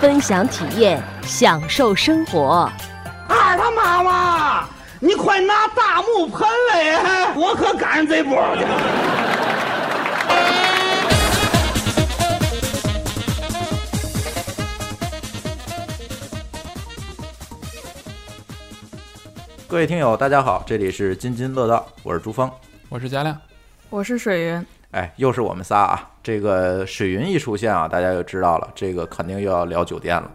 分享体验，享受生活。二他妈妈，你快拿大木盆来，我可赶上这波去了。各位听友，大家好，这里是津津乐道，我是朱峰。我是佳亮，我是水云，哎，又是我们仨啊！这个水云一出现啊，大家就知道了，这个肯定又要聊酒店了。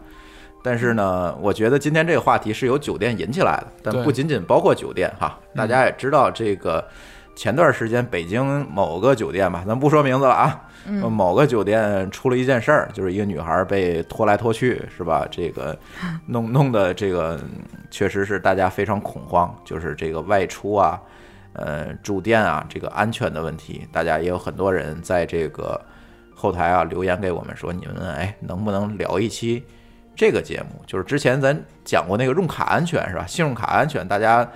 但是呢，我觉得今天这个话题是由酒店引起来的，但对不仅仅包括酒店哈。大家也知道，这个前段时间北京某个酒店吧，咱不说名字了啊，呃某个酒店出了一件事儿，就是一个女孩被拖来拖去，是吧？这个弄弄的这个嗯确实是大家非常恐慌，就是这个外出啊，呃，住店啊，这个安全的问题，大家也有很多人在这个后台啊留言给我们说，你们哎能不能聊一期这个节目？就是之前咱讲过那个用卡安全是吧？信用卡安全，大家。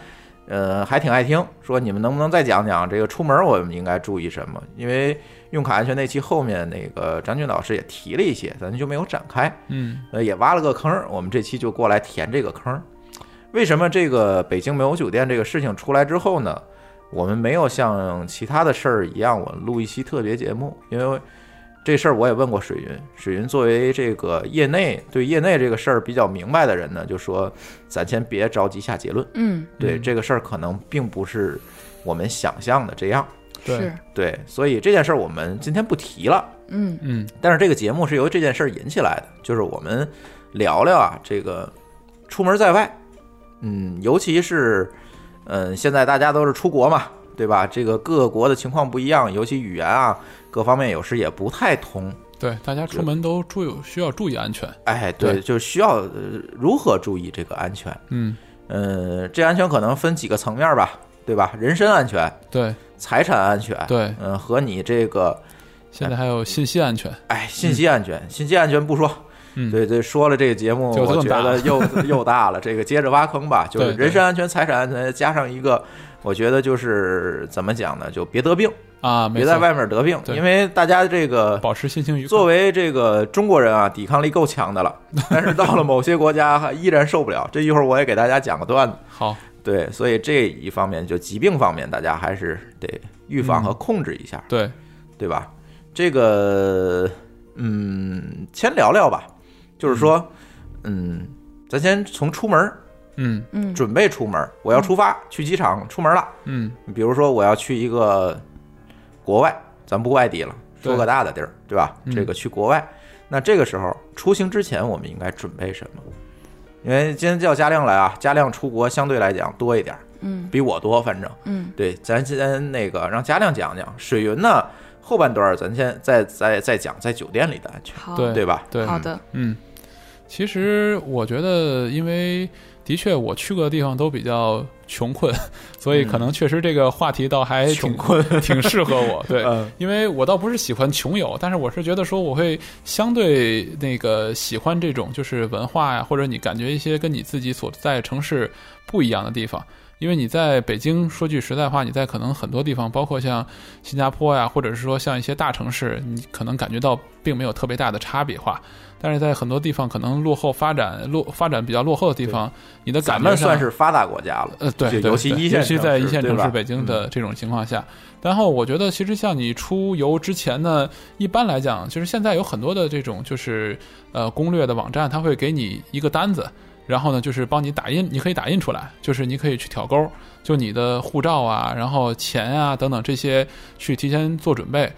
呃，还挺爱听，说你们能不能再讲讲这个出门我们应该注意什么？因为用卡安全那期后面那个张军老师也提了一些，咱就没有展开，嗯，呃，也挖了个坑儿，我们这期就过来填这个坑儿。为什么这个北京没有酒店这个事情出来之后呢，我们没有像其他的事儿一样，我录一期特别节目？因为这事儿我也问过水云，水云作为这个业内对业内这个事儿比较明白的人呢，就说咱先别着急下结论，嗯，对嗯这个事儿可能并不是我们想象的这样。对是，，对，所以这件事儿我们今天不提了。嗯嗯，但是这个节目是由这件事儿引起来的，就是我们聊聊啊，这个出门在外，嗯，尤其是嗯，现在大家都是出国嘛，对吧？这个各个国的情况不一样，尤其语言啊各方面有时也不太通。对，大家出门都注意需要注意安全，哎，对，对就是需要、呃如何注意这个安全？嗯，嗯，这安全可能分几个层面吧，对吧？人身安全、对财产安全，对，嗯，和你这个现在还有信息安全，哎信息安全，信息安全不说，嗯，对对，说了这个节目，就这么我觉大得了 又又大了。这个接着挖坑吧，就是对对人身安全、财产安全，加上一个，我觉得就是怎么讲呢？就别得病，啊，没别在错外面得病，对因为大家这个保持心情愉快，作为这个中国人啊，抵抗力够 强的了，但是到了某些国家还依然受不了。这一会儿我也给大家讲个段子。好，对，所以这一方面就疾病方面，大家还是得预嗯防和控制一下。对，对吧？这个，嗯，先聊聊吧，就是说，嗯，咱先从出门儿嗯嗯，准备出门儿，我要出发、去机场出门了。嗯，比如说，我要去一个国外，咱不外地了，对说个大的地儿，对吧？嗯这个去国外，那这个时候出行之前，我们应该准备什么？因为今天叫嘉亮来啊，嘉亮出国相对来讲多一点儿，嗯比我多，反正。嗯对，咱先那个让嘉亮讲讲水云呢，后半段儿咱先再再再讲在酒店里的安全，好，对对吧？对，好的，嗯，其实我觉得，因为的确我去过的地方都比较穷困，所以可能确实这个话题倒还挺嗯困，挺适合我。 对，嗯因为我倒不是喜欢穷游，但是我是觉得说我会相对那个喜欢这种就是文化啊呀、或者你感觉一些跟你自己所在城市不一样的地方。因为你在北京，说句实在话，你在可能很多地方，包括像新加坡呀，或者是说像一些大城市，你可能感觉到并没有特别大的差别化。但是在很多地方，可能落后发展落发展比较落后的地方，你的咱感觉们上算是发达国家了，呃，对，就对尤其对一线尤其在城一市线对城市吧嗯北京的这种情况下。然后我觉得，其实像你出游之前呢，一般来讲，就是现在有很多的这种就是呃攻略的网站，它会给你一个单子。然后呢，就是帮你打印，你可以打印出来，就是你可以去挑钩，就你的护照啊，然后钱啊等等这些，去提前做准备。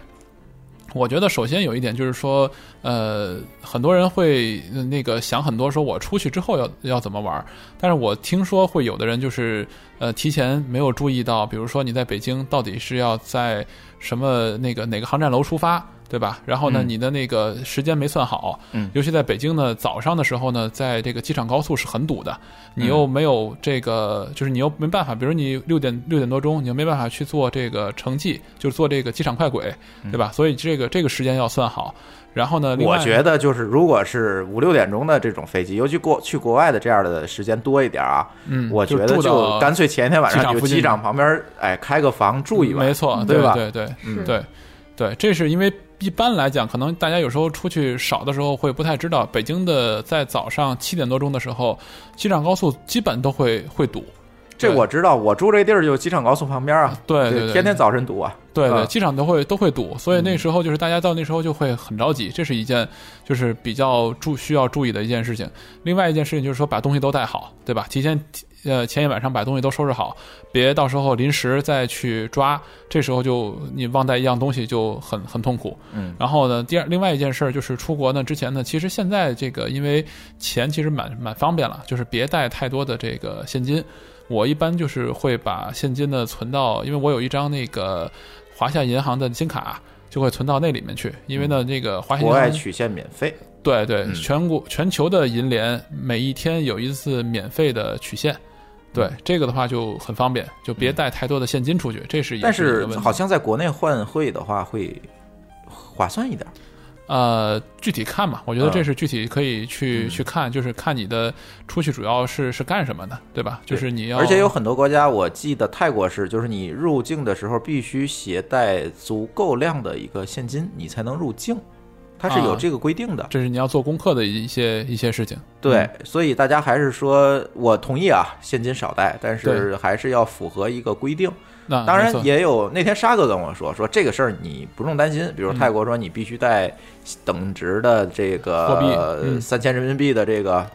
我觉得首先有一点就是说，呃，很多人会呃那个想很多，说我出去之后要要怎么玩儿。但是我听说会有的人就是呃提前没有注意到，比如说你在北京到底是要在什么那个哪个航站楼出发，对吧？然后呢，嗯你的那个时间没算好，嗯尤其在北京呢，早上的时候呢，在这个机场高速是很堵的，嗯你又没有这个，就是你又没办法，比如你六点六点多钟，你又没办法去做这个城际，就是做这个机场快轨，对吧？所以这个这个时间要算好。然后呢，另嗯我外觉得就是，如果是五六点钟的这种飞机，尤其国去国外的这样的时间多一点啊，嗯我觉就得住到就干脆前一天晚机上场就附近嗯机场旁边，哎，开个房住一晚，没错，对吧？对对，嗯对对，这是因为一般来讲，可能大家有时候出去少的时候会不太知道，北京的在早上七点多钟的时候，机场高速基本都会会堵。这我知道，我住这地儿就机场高速旁边啊，对对就对天天早晨堵啊，对对，啊机场都会都会堵，所以那时候就是大家到那时候就会很着急，这是一件就是比较注需要注意的一件事情。另外一件事情就是说把东西都带好，对吧？提前呃前一晚上把东西都收拾好，别到时候临时再去抓，这时候就你忘带一样东西就很很痛苦。嗯然后呢，第二另外一件事儿就是出国呢之前呢，其实现在这个因为钱其实蛮蛮方便了，就是别带太多的这个现金。我一般就是会把现金呢存到，因为我有一张那个华夏银行的金卡，就会存到那里面去。因为呢，这个华夏银国外行取现免费，对对，嗯全国全球的银联每一天有一次免费的取现。对嗯这个的话就很方便，就别带太多的现金出去，这是也但是一个是问题好像在国内换汇的话会划算一点。呃，具体看嘛，我觉得嗯这是具体可以去、去看，就是看你的出去主要是是干什么的，对吧？就对是你要，而且有很多国家，我记得泰国是，就是你入境的时候必须携带足够量的一个现金，你才能入境，它是有啊这个规定的。这是嗯你要做功课的一些一些事情。对，所以大家还是说我同意啊，现金少带，但是对还是要符合一个规定。那当啊没然错也有那天沙哥跟我说，说这个事儿你不用担心，比如嗯泰国说你必须带等值的这货币个嗯三千人民币的这个。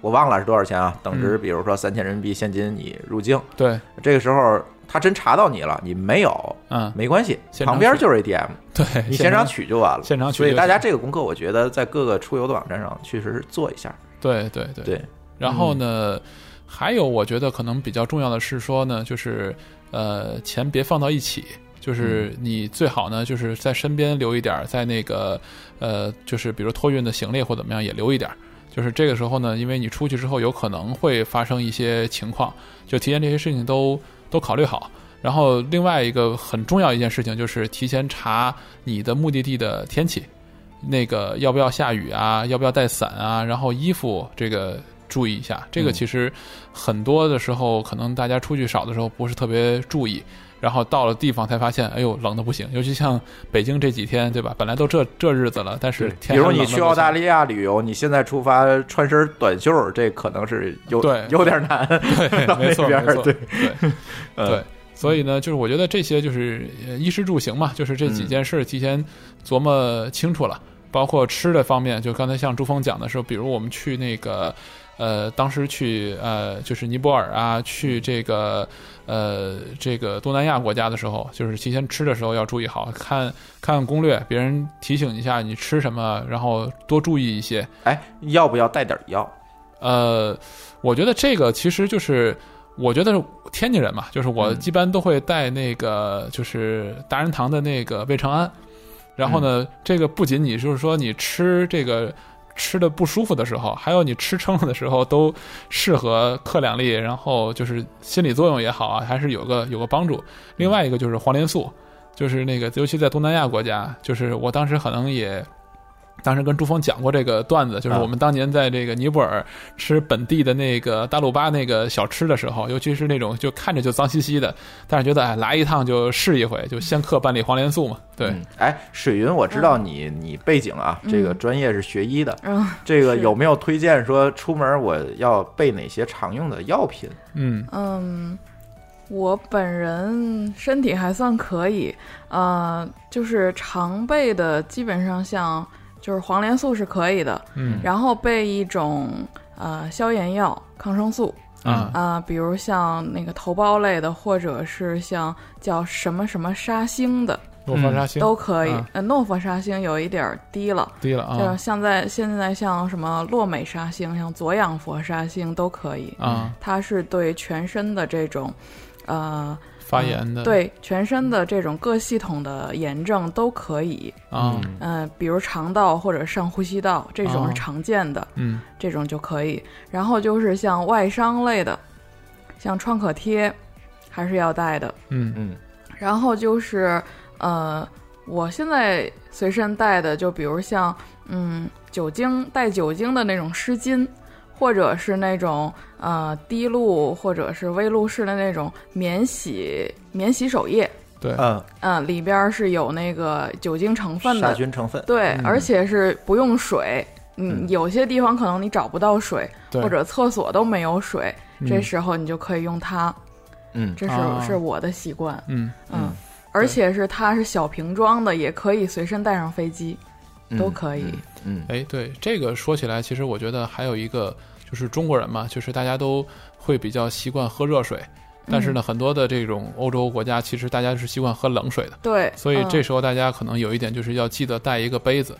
我忘了是多少钱啊？等值，嗯比如说三千人民币现金，你入境，对，这个时候他真查到你了，你没有，嗯，没关系，现场旁边就是 ATM，对，你现场取就完了。现场取所以就大家行这个功课，我觉得在各个出游的网站上确实是做一下。对对对。对，然后呢，还有我觉得可能比较重要的是说呢，就是呃，钱别放到一起。就是你最好呢，就是在身边留一点儿，在那个呃，就是比如托运的行李或怎么样也留一点儿。就是这个时候呢，因为你出去之后有可能会发生一些情况，就提前这些事情都都考虑好。然后另外一个很重要一件事情就是提前查你的目的地的天气，那个要不要下雨啊，要不要带伞啊，然后衣服这个注意一下。这个嗯其实很多的时候可能大家出去少的时候不是特别注意。然后到了地方才发现，哎呦，冷的不行。尤其像北京这几天，对吧？本来都这这日子了，但是比天还如冷你得去不澳行大利亚旅游，你现在出发穿身短袖，这可能是有对有点 难。对，到没错，那边没错，对对嗯对所以呢，就是我觉得这些就是呃衣食住行嘛，就是这几件事提前琢磨清楚了。包括吃的方面，就刚才像朱峰讲的时候，比如我们去那个，呃，当时去呃，就是尼泊尔啊，去这个呃这个东南亚国家的时候，就是提前吃的时候要注意好，看看攻略，别人提醒一下你吃什么，然后多注意一些。哎，要不要带点药？呃，我觉得这个其实就是，我觉得是天津人嘛，就是我嗯一般都会带那个就是达仁堂的那个胃肠安，然后呢，这个不仅你就是说你吃这个。吃的不舒服的时候，还有你吃撑了的时候，都适合克两粒，然后就是心理作用也好啊，还是有个有个帮助。另外一个就是黄连素，就是那个，尤其在东南亚国家，就是我当时可能也，当时跟朱峰讲过这个段子，就是啊我们当年在这个尼泊尔吃本地的那个大鲁巴那个小吃的时候，尤其是那种就看着就脏兮兮的，但是觉得哎来一趟就试一回，就先嗑半粒黄连素嘛。对，嗯，哎，水云，我知道你你背景啊，这个专业是学医的，嗯这个是有没有推荐说出门我要备哪些常用的药品？嗯嗯，我本人身体还算可以，呃，就是常备的基本上像就是黄连素是可以的，嗯然后备一种呃消炎药、抗生素啊啊、比如像那个头孢类的，或者是像叫什么什么沙星的诺氟沙星都可以啊。呃，诺氟沙星有一点儿低了。低了就是啊像在现在像什么洛美沙星、像左氧氟沙星都可以，啊它是对全身的这种，呃，发炎的，对全身的这种各系统的炎症都可以。啊，嗯、比如肠道或者上呼吸道这种哦是常见的，嗯这种就可以。然后就是像外伤类的，像创可贴，还是要带的。嗯嗯然后就是呃，我现在随身带的，就比如像嗯酒精带酒精的那种湿巾，或者是那种呃滴露或者是微露式的那种免洗免洗手液，对，嗯，嗯、里边儿是有那个酒精成分杀的，菌成分，对，嗯而且是不用水。嗯，嗯有些地方可能你找不到水，对或者厕所都没有水，这嗯时候你就可以用它。嗯这是、啊是我的习惯。嗯嗯，而且是它是小瓶装的，也可以随身带上飞机，嗯都可以。嗯，哎，对这个说起来，其实我觉得还有一个就是中国人嘛，就是大家都会比较习惯喝热水，但是呢，很多的这种欧洲国家，其实大家是习惯喝冷水的，对，所以嗯这时候大家可能有一点就是要记得带一个杯子，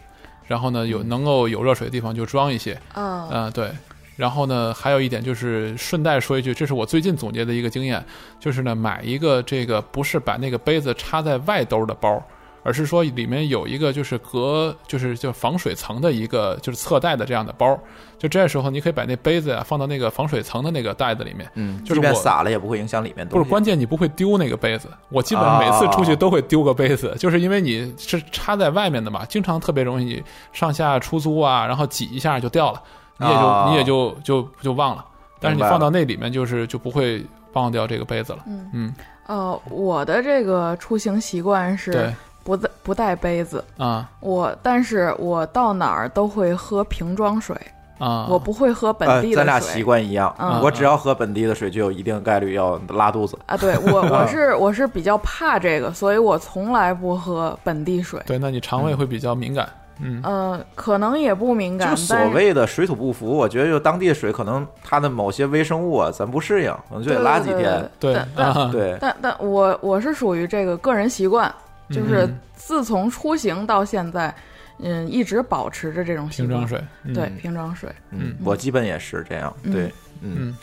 然后呢，有能够有热水的地方就装一些，嗯嗯、对。然后呢，还有一点就是顺带说一句，这是我最近总结的一个经验，就是呢，买一个这个不是把那个杯子插在外兜的包，而是说里面有一个就是隔就是就防水层的一个就是侧带的这样的包，就这时候你可以把那杯子呀、放到那个防水层的那个袋子里面，嗯，就是即便我撒了也不会影响里面不东是西。关键，你不会丢那个杯子。我基本上每次出去都会丢个杯啊子，就是因为你是插在外面的嘛，经常特别容易上下出租啊，然后挤一下就掉了，你也就、啊你也就就就忘了。但是你明白了放到那里面，就是就不会忘掉这个杯子了。嗯嗯，呃，我的这个出行习惯是对不带不带杯子，啊我但是我到哪儿都会喝瓶装水，啊，我不会喝本呃地，的咱俩水。习惯一样嗯，我只要喝本地的水，就有一定概率要拉肚子。啊，对 我我是我是比较怕这个，所以我从来不喝本地水。对，那你肠胃会比较敏感。嗯呃，可能也不敏感，就但所谓的水土不服，我觉得就当地的水可能它的某些微生物啊，咱不适应，可能就对得对拉几对天。对对但但啊，对，但但我我是属于这个个人习惯，就是嗯自从出行到现在，嗯，一直保持着这种习瓶惯。装水，嗯对，瓶装水，嗯，我基本也是这样。嗯对，嗯，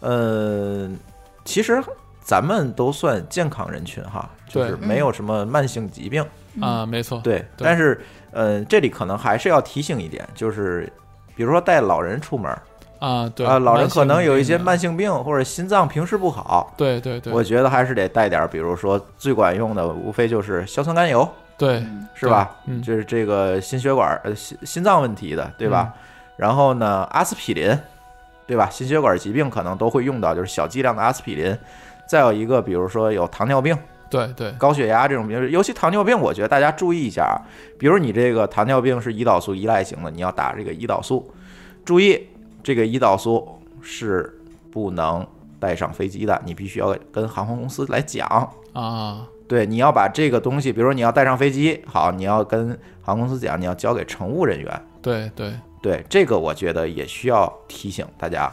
呃，其实咱们都算健康人群哈，就是对没有什么慢性疾病。啊，没错，嗯对，但是呃，这里可能还是要提醒一点，就是比如说带老人出门儿啊，对啊，老人可能有一些，慢慢性病或者心脏平时不好。性病的对对对，我觉得还是得带点儿，比如说最管用的，无非就是硝酸甘油，对是吧？对嗯就是这个心血管呃心心脏问题的，对嗯吧？然后呢，阿司匹林，对吧？心血管疾病可能都会用到，就是小剂量的阿司匹林。再有一个，比如说有糖尿病、对对高血压这种病，尤其糖尿病，我觉得大家注意一下啊。比如你这个糖尿病是胰岛素依赖型的，你要打这个胰岛素，注意这个胰岛素是不能带上飞机的，你必须要跟航空公司来讲。啊，对，你要把这个东西，比如说你要带上飞机，好，你要跟航空公司讲，你要交给乘务人员。对对。对，这个我觉得也需要提醒大家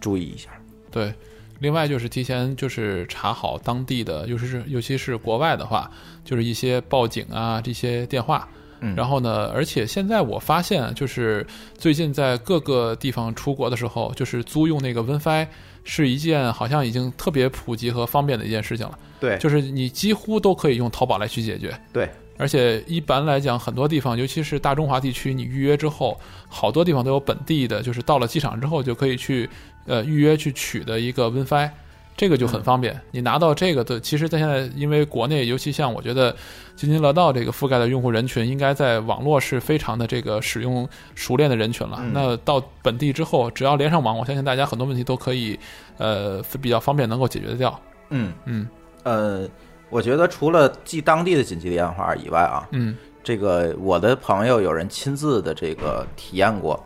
注意一下。对，另外就是提前就是查好当地的，尤其是尤其是国外的话，就是一些报警啊这些电话。嗯然后呢，而且现在我发现，就是最近在各个地方出国的时候，就是租用那个 WiFi 是一件好像已经特别普及和方便的一件事情了。对就是你几乎都可以用淘宝来去解决。对，而且一般来讲，很多地方，尤其是大中华地区，你预约之后，好多地方都有本地的，就是到了机场之后就可以去呃预约去取的一个 WiFi，这个就很方便。你拿到这个的，其实在现在，因为国内，尤其像我觉得津津乐道这个覆盖的用户人群，应该在网络是非常的这个使用熟练的人群了。嗯那到本地之后，只要连上网，我相信大家很多问题都可以呃比较方便能够解决得掉。嗯嗯呃，我觉得除了记当地的紧急电话以外啊，嗯这个我的朋友有人亲自的这个体验过，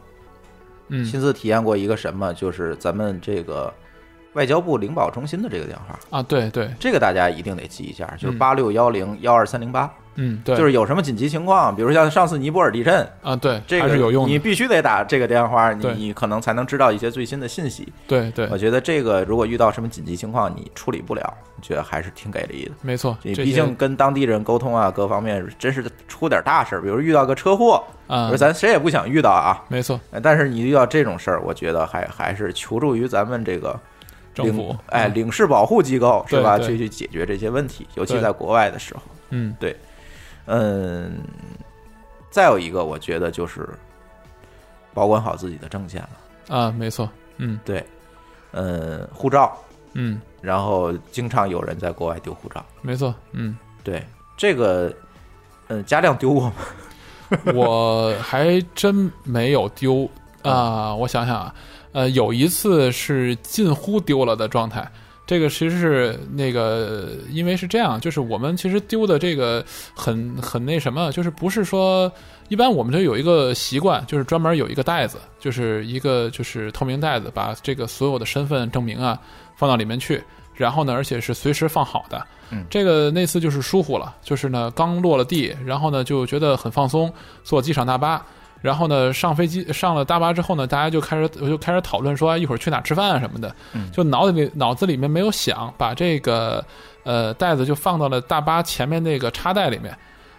嗯亲自体验过一个什么，就是咱们这个外交部领保中心的这个电话，啊，对对，这个大家一定得记一下，就是嗯八六幺零幺二三零八，嗯对，就是有什么紧急情况，比如像上次尼泊尔地震。啊，对，这个还是有用你的。必须得打这个电话，你对你可能才能知道一些最新的信息。对对我，觉得这个如果遇到什么紧急情况，你处理不了，我觉得还是挺给力的。没错，你这毕些竟跟当地人沟通啊，各方面真是出点大事儿，比如遇到个车祸，啊而，咱谁也不想遇到啊。没错，但是你遇到这种事儿，我觉得还还是求助于咱们这个政府啊领哎领事保护机构是对吧？对去去解决这些问题，尤其对在国外的时候。嗯嗯，再有一个，我觉得就是保管好自己的证件了。啊，没错，嗯对，嗯，护照，嗯，然后经常有人在国外丢护照。没错，嗯，对，这个，嗯，家亮丢过吗？我还真没有丢啊、我想想啊，呃，有一次是近乎丢了的状态。这个其实是那个，因为是这样，就是我们其实丢的这个很很那什么，就是不是说一般我们就有一个习惯，就是专门有一个袋子，就是一个就是透明袋子，把这个所有的身份证明啊放到里面去，然后呢，而且是随时放好的。嗯这个那次就是疏忽了，就是呢刚落了地，然后呢就觉得很放松，坐机场大巴。然后呢，上飞机上了大巴之后呢，大家就开始我就开始讨论说、哎一会儿去哪儿吃饭啊什么的，嗯就脑子里脑子里面没有想，把这个呃袋子就放到了大巴前面那个插袋里面。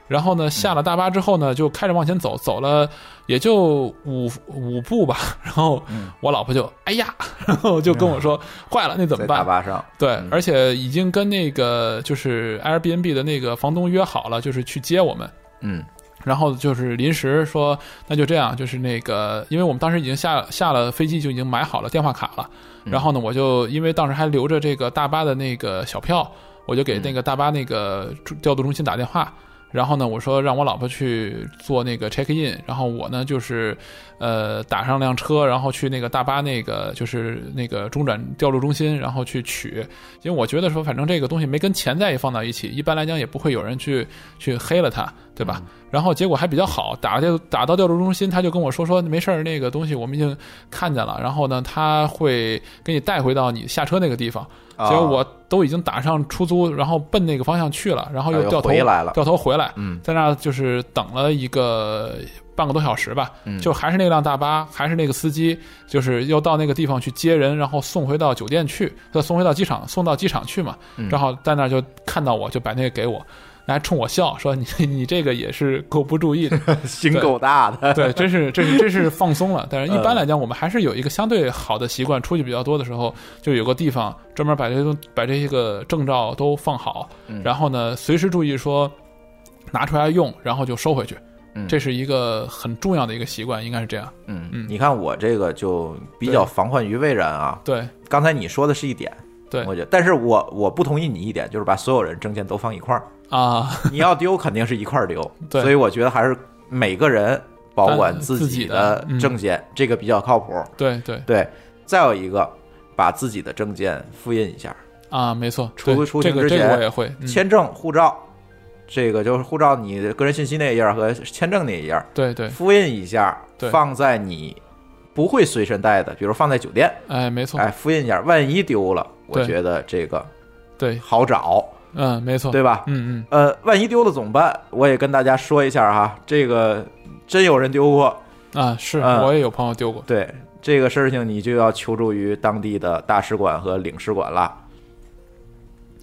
然后呢，下了大巴之后嗯呢，就开始往前走，走了也就五五步吧。然后嗯我老婆就哎呀，然后就跟我说坏了，那怎么哎在办大？巴上，对，而且已经跟那个就是 Airbnb 的那个房东约好了，就是去接我们。嗯，然后就是临时说，那就这样，就是那个，因为我们当时已经下下了飞机，就已经买好了电话卡了。然后呢，我就因为当时还留着这个大巴的那个小票，我就给那个大巴那个驻调度中心打电话。然后呢，我说让我老婆去做那个 check in，然后我呢就是，呃，打上辆车，然后去那个大巴那个就是那个中转调度中心，然后去取。因为我觉得说，反正这个东西没跟钱再一放到一起，一般来讲也不会有人去去黑了它，对吧？然后结果还比较好，打到打到调度中心，他就跟我说说没事儿，那个东西我们已经看见了，然后呢，他会给你带回到你下车那个地方。啊结果我都已经打上出租，然后奔那个方向去了，然后啊又又掉头回来了掉头回来，嗯在那儿就是等了一个半个多小时吧，嗯就还是那辆大巴，还是那个司机，就是又到那个地方去接人，然后送回到酒店去，再送回到机场，送到机场去嘛，嗯然后在那儿就看到我，就把那个给我。还冲我笑说你：“ 你这个也是够不注意的，心够大 的，对，真是这是这是放松了。嗯但是一般来讲，我们还是有一个相对好的习惯，出去比较多的时候，就有个地方专门把这些东把这些个证照都放好，嗯然后呢，随时注意说拿出来用，然后就收回去。这是一个很重要的一个习惯，应该是这样。嗯，你看我这个就比较防患于未然啊。对刚才你说的是一点，对我觉得，但是我我不同意你一点，就是把所有人证件都放 一块儿，啊，你要丢肯定是一块儿丢，对所以我觉得还是每个人保管自己己的嗯证件，这个比较靠谱。对对对，再有一个，把自己的证件复印一下，啊，没错。出对出这行个之这个前我也会。嗯签证、护照，这个就是护照你的个人信息那一页儿和签证那一页儿，对对，复印一下对，放在你不会随身带的，比如放在酒店，哎，没错，哎，复印一下，万一丢了，我对觉得这个对，好找，嗯，没错，对吧？嗯嗯，呃，万一丢了怎么办？我也跟大家说一下哈，这个真有人丢过，啊，是嗯我也有朋友丢过。对这个事情，你就要求助于当地的大使馆和领事馆啦。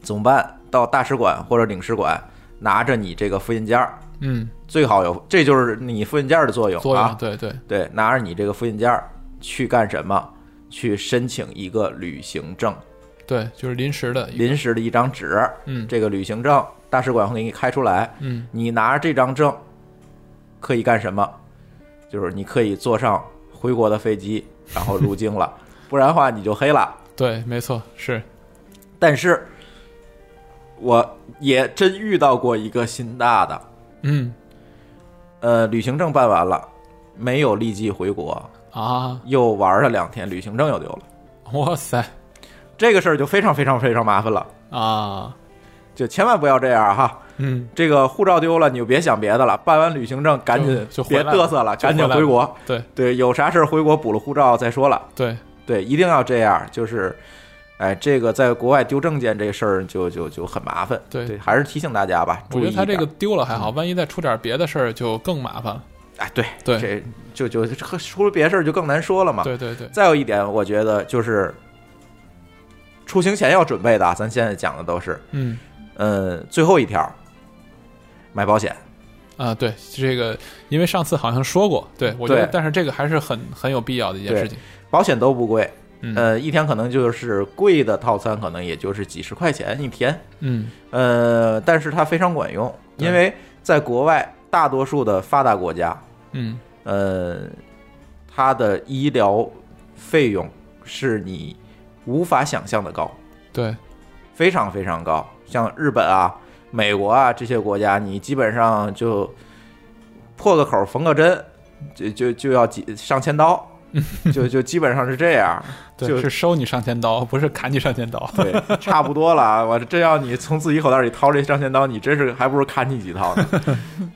怎么办？到大使馆或者领事馆拿着你这个复印件儿，嗯，最好有，这就是你复印件儿的作用作用啊。对对，对，拿着你这个复印件儿去干什么？去申请一个旅行证，哎对，就是临时的一个，临时的一张纸。嗯这个旅行证，大使馆会给你开出来。嗯，你拿着这张证可以干什么？就是你可以坐上回国的飞机，然后入 境了，不然的话你就黑了。对，没错，是但是，我也真遇到过一个心大的，嗯呃，旅行证办完了，没有立即回国，啊，又玩了两天，旅行证又丢了。哇塞这个事儿就非常非常非常麻烦了，啊，就千万不要这样哈。嗯，这个护照丢了，你就别想别的了，办完旅行证赶紧嗯就就回别来了嘚瑟了，就赶紧回来回国。了对对，有啥事儿回国补了护照再说了。对，对，一定要这样，就是，哎，这个在国外丢证件这事儿就就就很麻烦。对还是提醒大家吧，我注觉意得一他这个点丢了还好，万一再出点别的事儿就更麻烦了。哎，对对这就就这出了别事儿就更难说了嘛。对对对，再有一点，我觉得就是出行前要准备的啊，咱现在讲的都是，嗯嗯，最后一条，买保险。啊，对这个，因为上次好像说过，对我觉得对，但是这个还是很很有必要的一件对事情。保险都不贵，嗯呃，一天可能就是贵的套餐，可能也就是几十块钱一天，嗯呃，但是它非常管用，对因为在国外大多数的发达国家，嗯呃，它的医疗费用是你无法想象的高，对非常非常高。像日本啊、美国啊这些国家，你基本上就破个口缝个针，就就就要几上千刀，就就基本上是这样。对，就是收你上千刀，不是砍你上千刀。对，差不多了啊。我真要你从自己口袋里掏这上千刀，你真是还不如砍你几刀呢。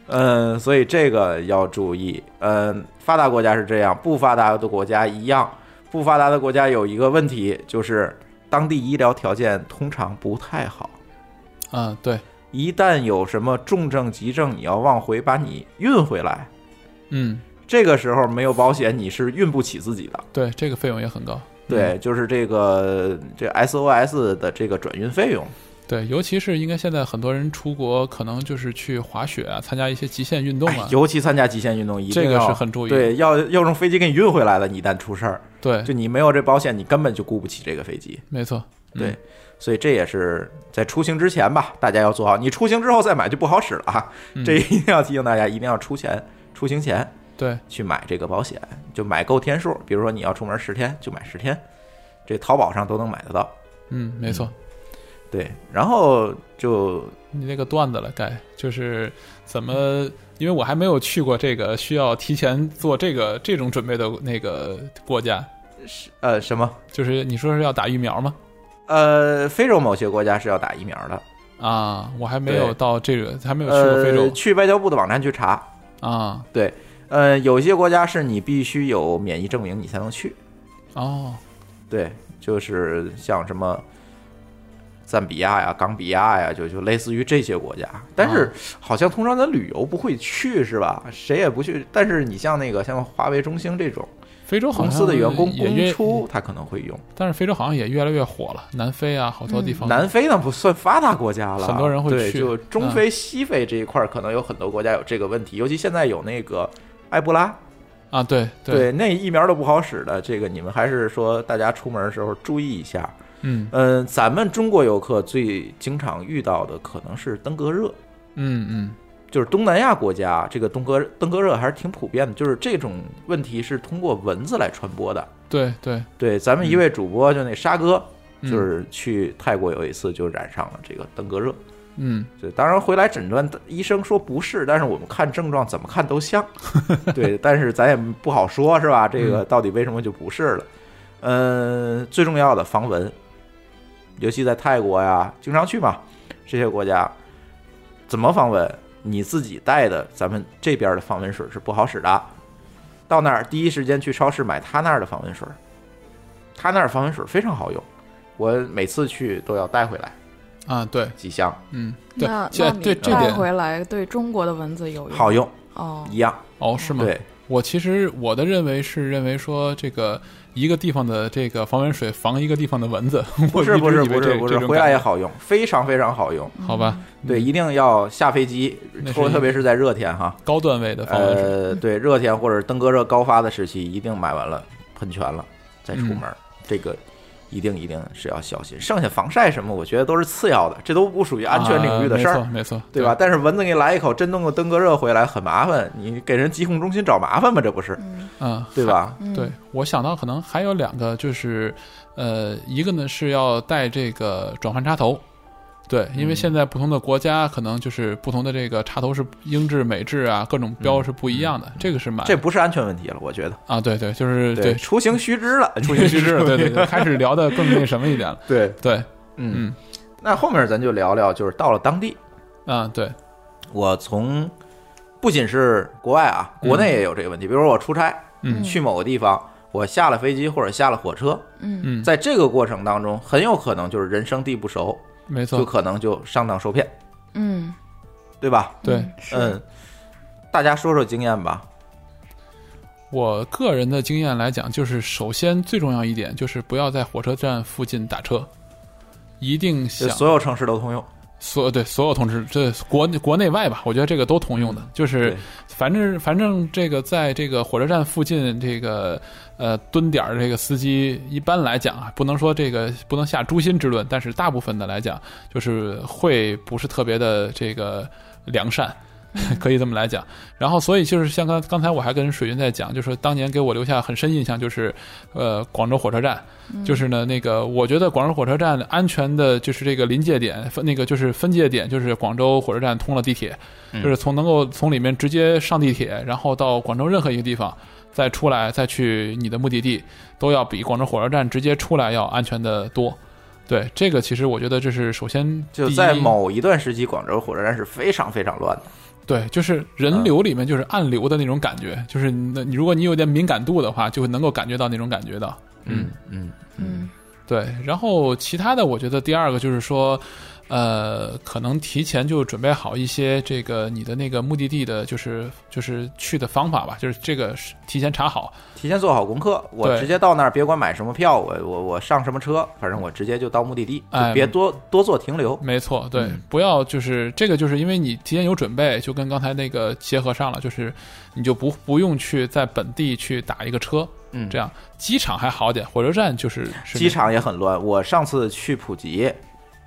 嗯，所以这个要注意。嗯，发达国家是这样，不发达的国家一样。不发达的国家有一个问题，就是当地医疗条件通常不太好。嗯，对，一旦有什么重症急症，你要往回把你运回来，嗯，这个时候没有保险，你是运不起自己的。对，这个费用也很高。对，就是这个这 SOS 的这个转运费用，对，尤其是应该现在很多人出国，可能就是去滑雪啊，参加一些极限运动哎啊。 尤其参加极限运动，一定这个要是很注意哎的对，要要用飞机给你运回来的，你一旦出事儿，对，就你没有这保险，你根本就雇不起这个飞机。没错。嗯对，所以这也是在出行之前吧，大家要做好。你出行之后再买就不好使了啊！嗯这一定要提醒大家，一定要出钱，出行前对，去买这个保险，就买够天数。比如说你要出门十天，就买十天，这淘宝上都能买得到。嗯，没错。对，然后就你那个段子了，该就是怎么？因为我还没有去过这个需要提前做这个这种准备的那个国家，呃什么就是你说是要打疫苗吗？呃，非洲某些国家是要打疫苗的，啊，我还没对有到这个，还没有去过非呃，洲去外交部的网站去查，啊。对，呃，有些国家是你必须有免疫证明你才能去。哦，对，就是像什么赞比亚呀、冈比亚呀，就就类似于这些国家。但是嗯好像通常咱旅游不会去是吧？谁也不去。但是你像那个像华为、中兴这种非洲好公像司的员工也公越，出，他可能会用。但是非洲好像也越来越火了，南非啊，好多地方。嗯南非那不算发达国家了，很多人会对去就中嗯非、西非这一块，可能有很多国家有这个问题，尤其现在有那个埃博拉。啊，对，对，那疫苗都不好使的，这个你们还是说大家出门的时候注意一下。嗯嗯、咱们中国游客最经常遇到的可能是登革热，嗯嗯，就是东南亚国家这个登革登革热还是挺普遍的，就是这种问题是通过蚊子来传播的。对对，对，咱们一位主播就那沙哥，嗯就是去泰国有一次就染上了这个登革热。嗯对，当然回来诊断，医生说不是，但是我们看症状怎么看都像。对，但是咱也不好说，是吧？这个到底为什么就不是了？嗯，最重要的防蚊，尤其在泰国呀，经常去嘛，这些国家怎么防蚊？你自己带的咱们这边的防蚊水是不好使的，到那儿第一时间去超市买他那儿的防蚊水，他那儿防蚊水非常好用，我每次去都要带回来啊，对，几箱，嗯对那，这那对你这带点回来对中国的蚊子有用好用哦，一样。哦，是吗？对，我其实我的认为是认为说这个一个地方的这个防蚊水防一个地方的蚊子， 不我是一直不是以为不这是不是，这种回来也感好用，非常非常好用。觉好吧？对，一定要下飞机那，是特一特别是在热天哈，高段位的防蚊水，呃，对，热天或者登革热高发的时期，一定买完了喷泉了再嗯出门，这个一定一定是要小心。剩下防晒什么，我觉得都是次要的，这都不属于安全领域的事儿。啊没错没错，对吧？？但是蚊子给你来一口，真弄个登革热回来很麻烦，你给人疾控中心找麻烦吧，这不是，嗯，对吧？对，我想到可能还有两个，就是呃，一个呢是要带这个转换插头。对，因嗯为现在不同的国家可能就是不同的这个插头是英制、美制啊，各种标是不一样的，这个是蛮嗯这不是安全问题了，我觉得。啊，对对，就是对，出行须知 了，出出行须知了，对对 对，开始聊的更那什么一点了，对，对，嗯嗯，那后面咱就聊聊，就是到了当地，啊对，我从不仅是国外啊，国内也有这个问题。比如说我出差，嗯去某个地方，我下了飞机或者下了火车，嗯嗯，在这个过程当中，很有可能就是人生地不熟，没就错，可能就上当受骗，嗯，对吧？对是嗯，大家说说经验吧。我个人的经验来讲，就是首先最重要一点就是不要在火车站附近打车，一定这想所有城市都通用，所有对所有通知，这国国内外吧，我觉得这个都通用的，就是嗯对反正反正这个在这个火车站附近这个呃蹲点儿这个司机，一般来讲啊，不能说这个不能下诛心之论，但是大部分的来讲，就是会不是特别的这个良善。 可以这么来讲，然后所以就是像刚刚才我还跟水云在讲，就是说当年给我留下很深印象就是，呃，广州火车站，就是呢那个我觉得广州火车站安全的就是这个临界点分那个就是分界点就是广州火车站通了地铁，嗯就是从能够从里面直接上地铁，然后到广州任何一个地方。再出来，再去你的目的地，都要比广州火车站直接出来要安全的多。对，这个其实我觉得这是首先就第一在某一段时期，广州火车站是非常非常乱的。对，就是人嗯流里面就是暗流的那种感觉，就是你你如果你有点敏感度的话，就会能够感觉到那种感觉的。嗯嗯，嗯对，然后其他的，我觉得第二个就是说，呃，可能提前就准备好一些这个你的那个目的地的，就是就是去的方法吧，就是这个是提前查好。提前做好功课，我对直接到那儿，别管买什么票，我我我上什么车，反正我直接就到目的地，哎嗯就别多多做停留。没错，对，嗯不要就是这个，就是因为你提前有准备，就跟刚才那个结合上了，就是你就不不用去在本地去打一个车，嗯这样机场还好点，火车站就是是机场也很乱，我上次去普吉，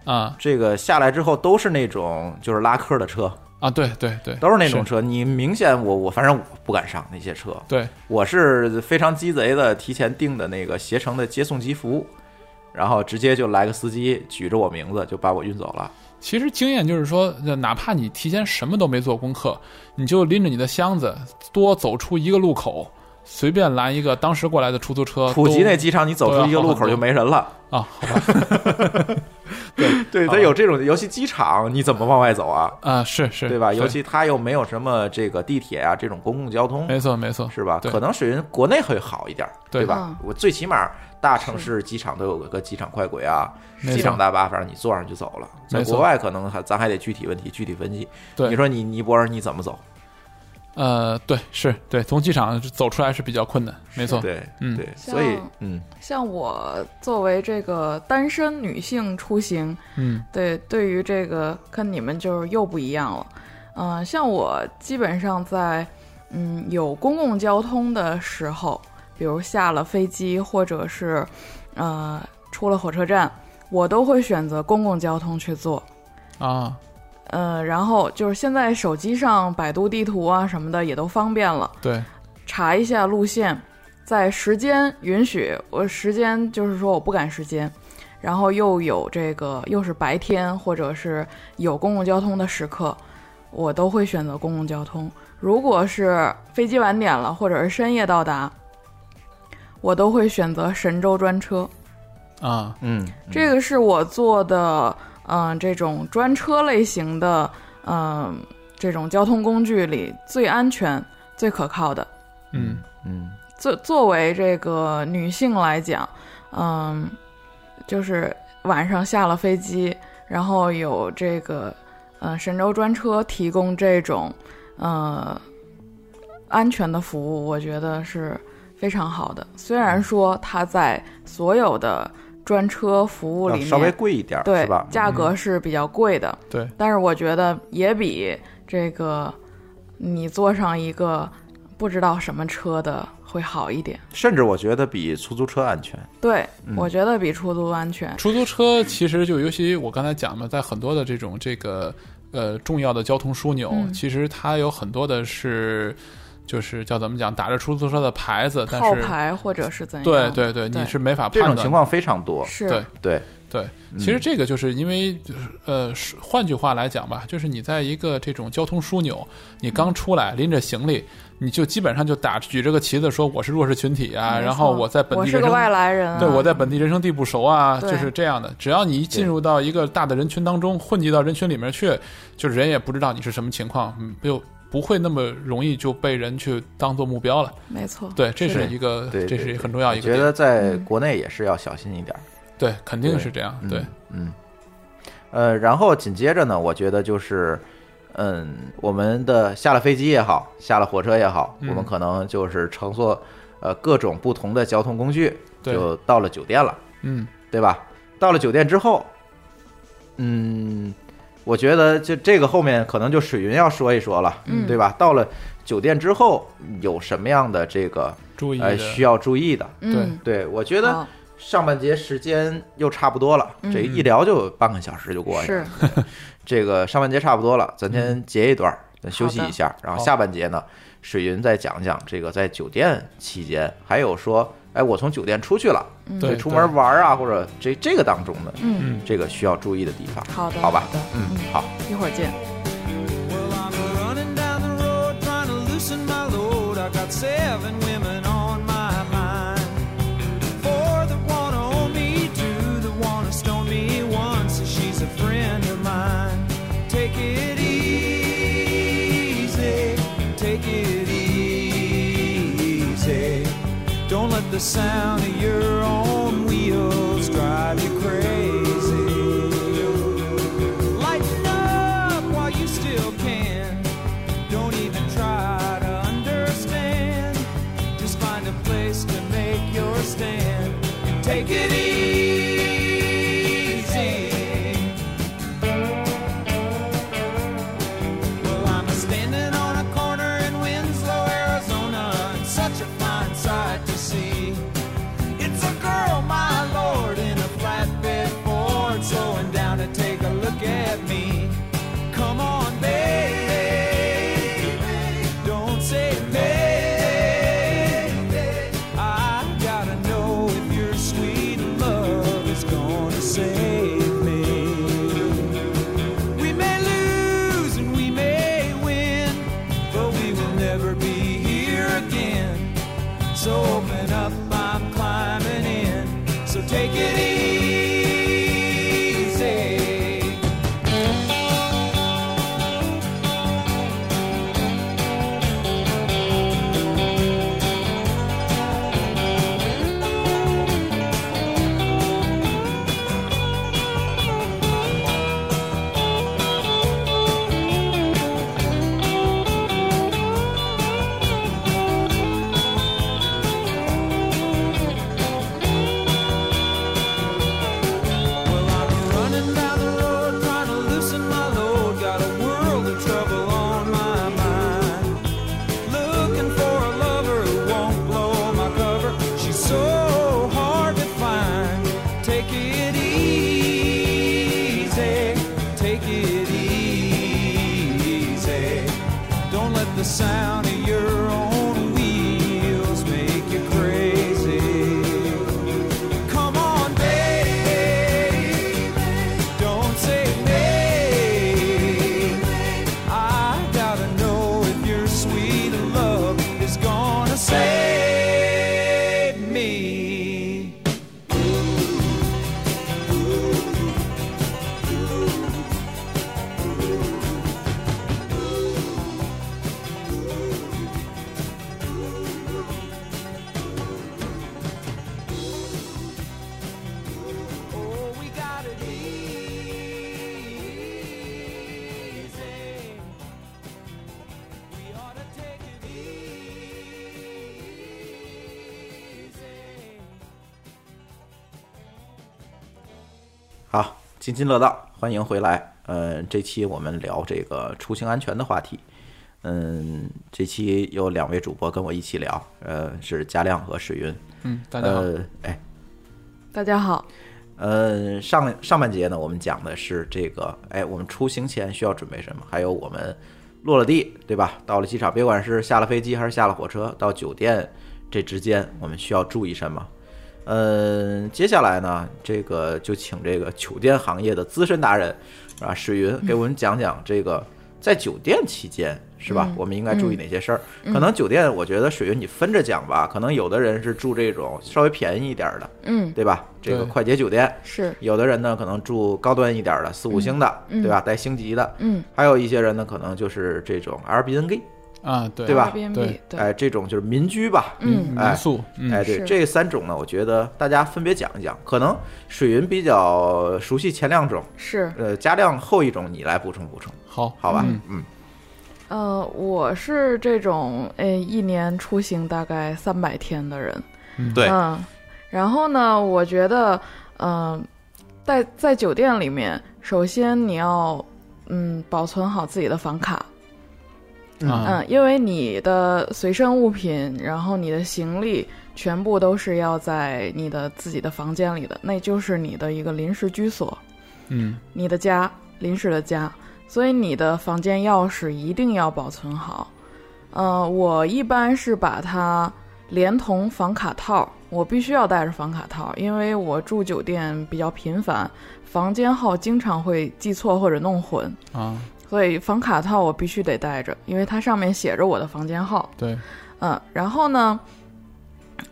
啊、这个下来之后都是那种就是拉客的车，啊，对对对，都是那种车。你明显我我反正我不敢上那些车，对，我是非常鸡贼的，提前订的那个携程的接送机服务，然后直接就来个司机举着我名字就把我运走了。其实经验就是说，呃哪怕你提前什么都没做功课，你就拎着你的箱子多走出一个路口，随便拦一个当时过来的出租车。普吉啊都那机场，你走出一个路口就没人了。啊，好吧， 对，它有这种，尤其机场，你怎么往外走啊？啊、是是，对吧？尤其它又没有什么这个地铁啊这种公共交通，没错没错，是吧？对可能水云国内会好一点，对吧？嗯我最起码大城市机场都有个机场快轨啊，没错机场大巴，反正你坐上就走了。在没错国外可能还咱还得具体问题具体分析。对你说你尼泊尔你怎么走？呃，对是对，从机场走出来是比较困难，没错，对，嗯对，像所以嗯，像我作为这个单身女性出行，嗯对，对于这个跟你们就是又不一样了。嗯、像我基本上在嗯有公共交通的时候，比如下了飞机或者是呃出了火车站，我都会选择公共交通去坐。啊，呃，然后就是现在手机上百度地图啊什么的也都方便了，对，查一下路线，在时间允许，我时间就是说我不赶时间，然后又有这个又是白天或者是有公共交通的时刻，我都会选择公共交通。如果是飞机晚点了，或者是深夜到达，我都会选择神州专车。啊，嗯，嗯这个是我坐的，嗯、这种专车类型的，嗯、这种交通工具里最安全、最可靠的。嗯嗯，作作为这个女性来讲，嗯，就是晚上下了飞机，然后有这个呃神州专车提供这种呃安全的服务，我觉得是非常好的。虽嗯然说它在所有的专车服务里要面稍微贵一点对是吧？嗯价格是比较贵的，对，但是我觉得也比这个你坐上一个不知道什么车的会好一点。甚至我觉得比出租车安全。对，嗯我觉得比出租安全。出租车其实就尤其我刚才讲的，在很多的这种这个呃重要的交通枢纽，嗯其实它有很多的是就是叫怎么讲，打着出租车的牌子，但套是牌或者是怎样？对对对，对你是没法这判种断情况嗯非常多。是对。对，对，其实这个就是因为，呃，是换句话来讲吧，就是你在一个这种交通枢纽，你嗯刚出来拎着行李，你就基本上就打举这个旗子说我是弱势群体啊，没错然后我在本地我是个人生外来人啊对我在本地人生地不熟啊，对就是这样的。只要你一进入到一个大的人群当中，混迹到人群里面去，就是人也不知道你是什么情况，嗯就不会那么容易就被人去当做目标了。没错。对，这是对一个，对，这对是对很重要一我个觉点。得在国内也是要小心一点。对，肯定是这样。对，嗯，呃，然后紧接着呢，我觉得就是，嗯，我们的下了飞机也好，下了火车也好，嗯我们可能就是乘坐呃各种不同的交通工具，对就到了酒店了，嗯，对吧？到了酒店之后，嗯，我觉得就这个后面可能就水云要说一说了，嗯对吧？到了酒店之后有什么样的这个注意呃的需要注意的？嗯，对我觉得好嗯上半节时间又差不多了，这一聊就半个小时就过去了。是这个上半节差不多了，咱先截一段嗯儿，咱休息一下，然后好下半节呢，水云再讲讲这个在酒店期间，还有说，哎，我从酒店出去了，对出门玩儿啊，或者这这个当中的嗯这个需要注意的地方。好的好吧好的，嗯，好。一会儿见。 Well, I'm running down the road trying to loosen my load. I got seven women on my mind. Four that wanna own me, two that wanna stone me, one says she's a friend of mine. Take it easy, take it easy. Don't let the sound of your own wheels drive you crazy. Lighten up while you still can. Don't even try to understand. Just find a place to make your stand and take it easy. Well, I'm standing on a corner in Winslow, Arizona, and such a fine sight to see. It's a girl, my lord, in a flatbed Ford, slowing down to take a look at me. Come on, baby, don't say maybe. I gotta know if your sweet love is gonna save me. We may lose and we may win, but we will never be here again. So open up, I'm climbing in. So take it easy. Well, I'm running down the road trying to loosen my load. Got a world of trouble on my mind. Looking for a lover who won't blow my cover. She's so hard to find. Take it easy. Take it easy. Don't let the sound of your own wheels make you crazy. Come on, baby. Don't say maybe. I gotta know if your sweet love is gonna save me. Oh, we got it easy. We ought to take it easy. 好，津津乐道，欢迎回来。呃，这期我们聊这个出行安全的话题。嗯，这期有两位主播跟我一起聊，呃，是嘉亮和水云。嗯，大家好，呃，哎，大家好，呃，上上半节呢，我们讲的是这个，哎，我们出行前需要准备什么，还有我们落了地，对吧？到了机场，别管是下了飞机还是下了火车，到酒店这之间，我们需要注意什么？嗯，接下来呢，这个就请这个酒店行业的资深达人啊，水云给我们讲讲这个在酒店期间是吧，我们应该注意哪些事儿？可能酒店，我觉得水云你分着讲吧，可能有的人是住这种稍微便宜一点儿的，嗯，对吧？这个对快捷酒店，是，有的人呢可能住高端一点儿的四五星的，嗯对吧？带星级的，嗯，还有一些人呢可能就是这种 Airbnb，啊，对对吧 Airbnb 对对，哎，这种就是民居吧。嗯民宿，嗯哎，对是这三种呢，我觉得大家分别讲一讲。可能水云比较熟悉前两种，是，呃，加量后一种，你来补充补充，好，好吧？嗯嗯，呃，我是这种呃一年出行大概三百天的人，对嗯，然后呢，我呃觉得，嗯、在在酒店里面，首先你要嗯保存好自己的房卡，啊嗯，因为你的随身物品，然后你的行李全部都是要在你的自己的房间里的，那就是你的一个临时居所，嗯你的家，临时的家，所以你的房间钥匙一定要保存好。呃，我一般是把它连同房卡套，我必须要带着房卡套，因为我住酒店比较频繁，房间号经常会记错或者弄混，啊，所以房卡套我必须得带着，因为它上面写着我的房间号。对，嗯，然后呢，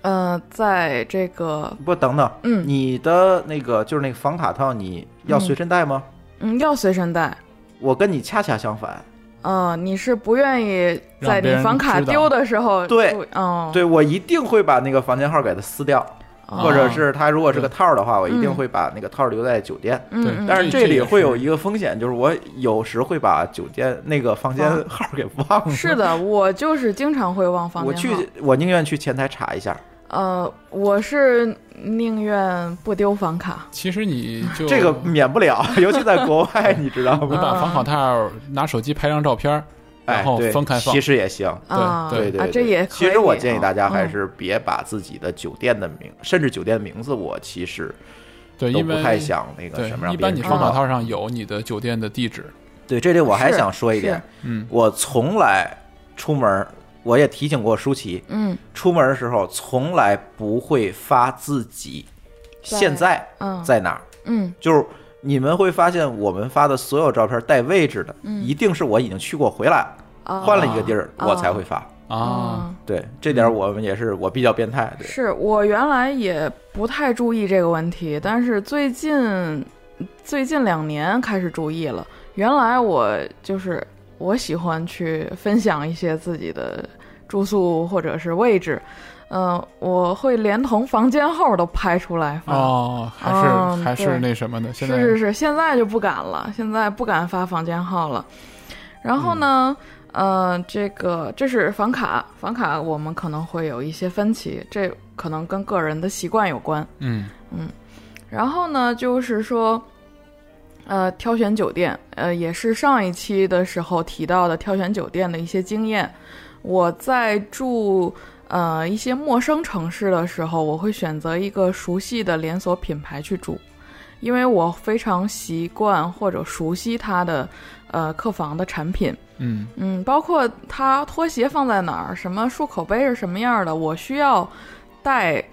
呃，在这个不，等等，嗯你的那个就是那个房卡套，你要随身带吗？嗯要随身带，我跟你恰恰相反，呃，你是不愿意在让别你人房卡知道丢的时候对注意，哦，对我一定会把那个房间号给它撕掉，哦，或者是它如果是个套儿的话，我一定嗯会把那个套儿留在酒店。嗯对嗯但是这这里也会有是一个风险，就是我有时会把酒店那个房间忘号儿给忘了。啊嗯是的，我就是经常会忘房 我间去号。，我宁愿去前台查一下。呃，我是宁愿不丢房卡。其实你就这个免不了， 尤其在国外，嗯你知道你吗？把房卡套拿手机拍张照片儿，哎，然后对分开放其，实也行。啊，对对对啊，对这也可以其实我建议大家嗯还是别把自己的酒店的名，甚至酒店名字，我其实对，都因不为太想那个对什么让别人知一般道。，你房卡套上有你的酒店的地址，对这里我还是想说一点是，嗯我从来出门，我也提醒过舒淇，嗯出门的时候从来不会发自己在现在嗯在哪儿，嗯就是你们会发现我们发的所有照片带位置的，一定是我已经去过回来了，啊，换了一个地儿嗯哦我才会发。啊，嗯对，这点我们也是我比较变态，对，是我原来也不太注意这个问题，但是最近最近两年开始注意了。原来我就是我喜欢去分享一些自己的住宿或者是位置，嗯、我会连同房间号都拍出来发。哦，还嗯是还是对那什么的，是现在是是，现在就不敢了，现在不敢发房间号了。然后呢，嗯呃，这个这是房卡，房卡我们可能会有一些分歧，这可能跟个人的习惯有关。嗯然后呢，就是说，呃，挑选酒店，呃，也是上一期的时候提到的挑选酒店的一些经验。我在住呃一些陌生城市的时候，我会选择一个熟悉的连锁品牌去住，因为我非常习惯或者熟悉它的呃客房的产品。嗯嗯，包括它拖鞋放在哪儿，什么漱口杯是什么样的，我需要带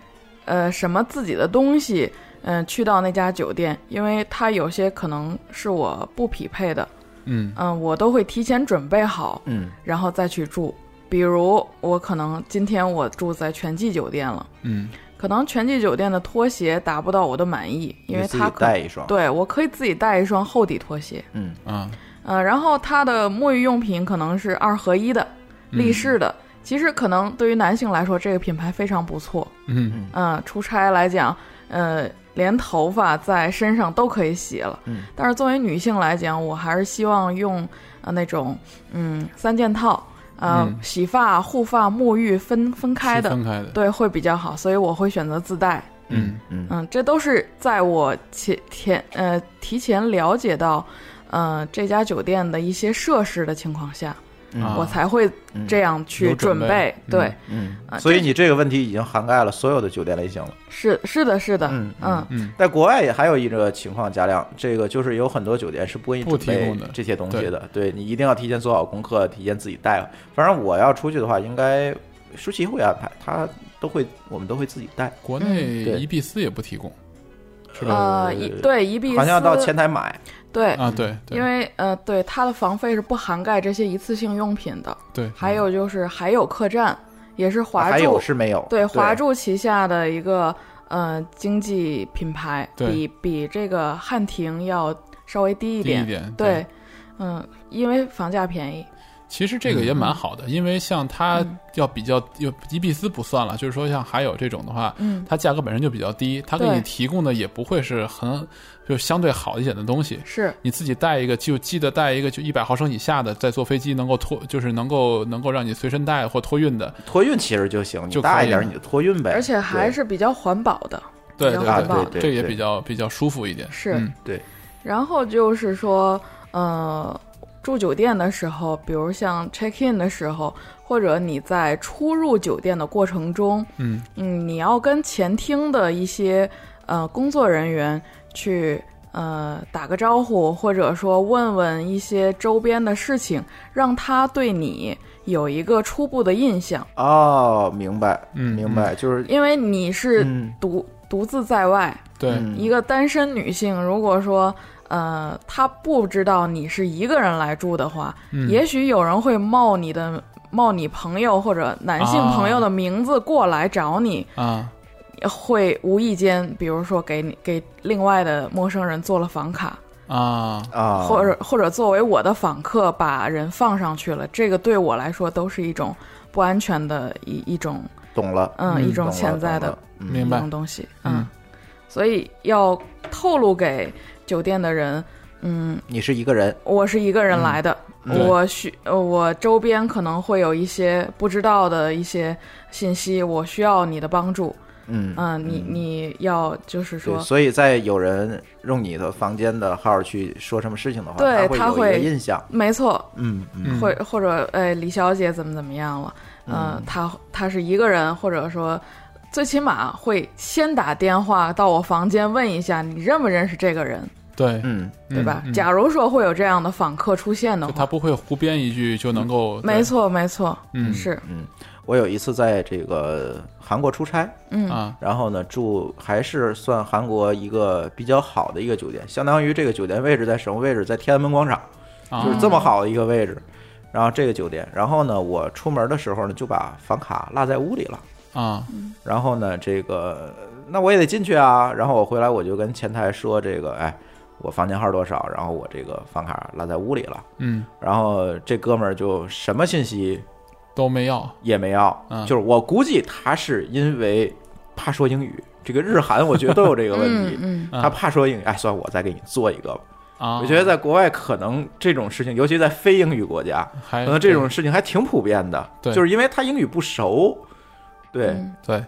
呃什么自己的东西，嗯、去到那家酒店，因为它有些可能是我不匹配的，嗯嗯、我都会提前准备好，嗯，然后再去住。比如我可能今天我住在全季酒店了，嗯可能全季酒店的拖鞋达不到我的满意，因为你自它己可带一双，对我可以自己带一双厚底拖鞋，嗯，啊，呃，然后它的沐浴用品可能是二合一的、嗯立式的。其实可能对于男性来说，这个品牌非常不错。嗯嗯、出差来讲，呃，连头发在身上都可以洗了。嗯，但是作为女性来讲，我还是希望用呃那种嗯三件套，呃，嗯洗发、护发、沐浴分分开是的，分开的，对，会比较好。所以我会选择自带。嗯嗯嗯，这都是在我前前呃提前了解到，呃这家酒店的一些设施的情况下，啊我才会这样去有准备。备嗯对，嗯啊所以这你这个问题已经涵盖了所有的酒店类型了。是是的，是的，嗯嗯在国外也还有一个情况，贾亮，这个就是有很多酒店是不给你不准提备供的这些东西的，对你一定要提前做好功课，提前自己带。反正我要出去的话，应该舒淇会安排，她都会，我们都会自己带，国嗯内对一必思也不提供是吧？呃，一对一必好思像要到前台买。对，啊，对对，因为呃对它的房费是不涵盖这些一次性用品的，对还有就是还有客栈也是华啊还住有是没有？对华住旗下的一个呃经济品牌，对比比这个汉庭要稍微低一低一点，点对，嗯，因为房价便宜，其实这个也嗯蛮好的，因为像它要比较有伊比斯不算了，就是说像还有这种的话，嗯它价格本身就比较低，它给对你提供的也不会是很就相对好一点的东西。是你自己带一个，就记得带一个，就一百毫升以下的，在坐飞机能够托，就是能够能够让你随身带或托运的。托运其实就行，你就大可一以点了你就托运呗。而且还对是比较环保的，对比较对啊环对保。对，这也对比较比较舒服一点。是嗯对，然后就是说，呃住酒店的时候，比如像 check in 的时候，或者你在出入酒店的过程中，嗯嗯，你要跟前厅的一些呃工作人员去呃打个招呼，或者说问问一些周边的事情，让他对你有一个初步的印象，哦，明白，嗯明白，就是因为你是嗯独、独自在外，对，嗯一个单身女性，如果说呃她不知道你是一个人来住的话，嗯也许有人会冒你的冒你朋友或者男性啊朋友的名字过来找你，啊，会无意间，比如说给你给另外的陌生人做了房卡，啊，啊，或者或者作为我的访客把人放上去了，这个对我来说都是一种不安全的一一种懂了，嗯一种懂了潜在的懂了嗯明一白种，东西，嗯嗯，所以要透露给酒店的人，嗯，你是一个人，我是一个人来的，嗯对我需呃我周边可能会有一些不知道的一些信息，我需要你的帮助，嗯嗯，你你要就是对，说，所以在有人用你的房间的号去说什么事情的话，对他他会有会一个印象，没错，嗯嗯嗯或或者哎，李小姐怎么怎么样了？嗯，她她是一个人，或者说，最起码会先打电话到我房间问一下你认不认识这个人，对，嗯，对吧？嗯嗯假如说会有这样的访客出现的就话他，不会胡编一句就能够，没错没错，嗯是我有一次在这个韩国出差，对啊，然后呢住还是算韩国一个比较好的一个酒店，相当于这个酒店位置在什么位置？在天安门广场，啊就是这么好的一个位置。然后这个酒店，然后呢，我出门的时候呢就把房卡落在屋里了。啊，然后呢，这个那我也得进去啊。然后我回来我就跟前台说这个，哎，我房间号多少？然后我这个房卡落在屋里了。嗯，然后这哥们儿就什么信息都没要，也没要，嗯就是我估计他是因为怕说英语，这个日韩我觉得都有这个问嗯题，嗯嗯他怕说英语，哎，算了，我再给你做一个吧。啊，我觉得在国外可能这种事情，尤其在非英语国家，还可能这种事情还挺普遍的，哎对就是因为他英语不熟，对，嗯对，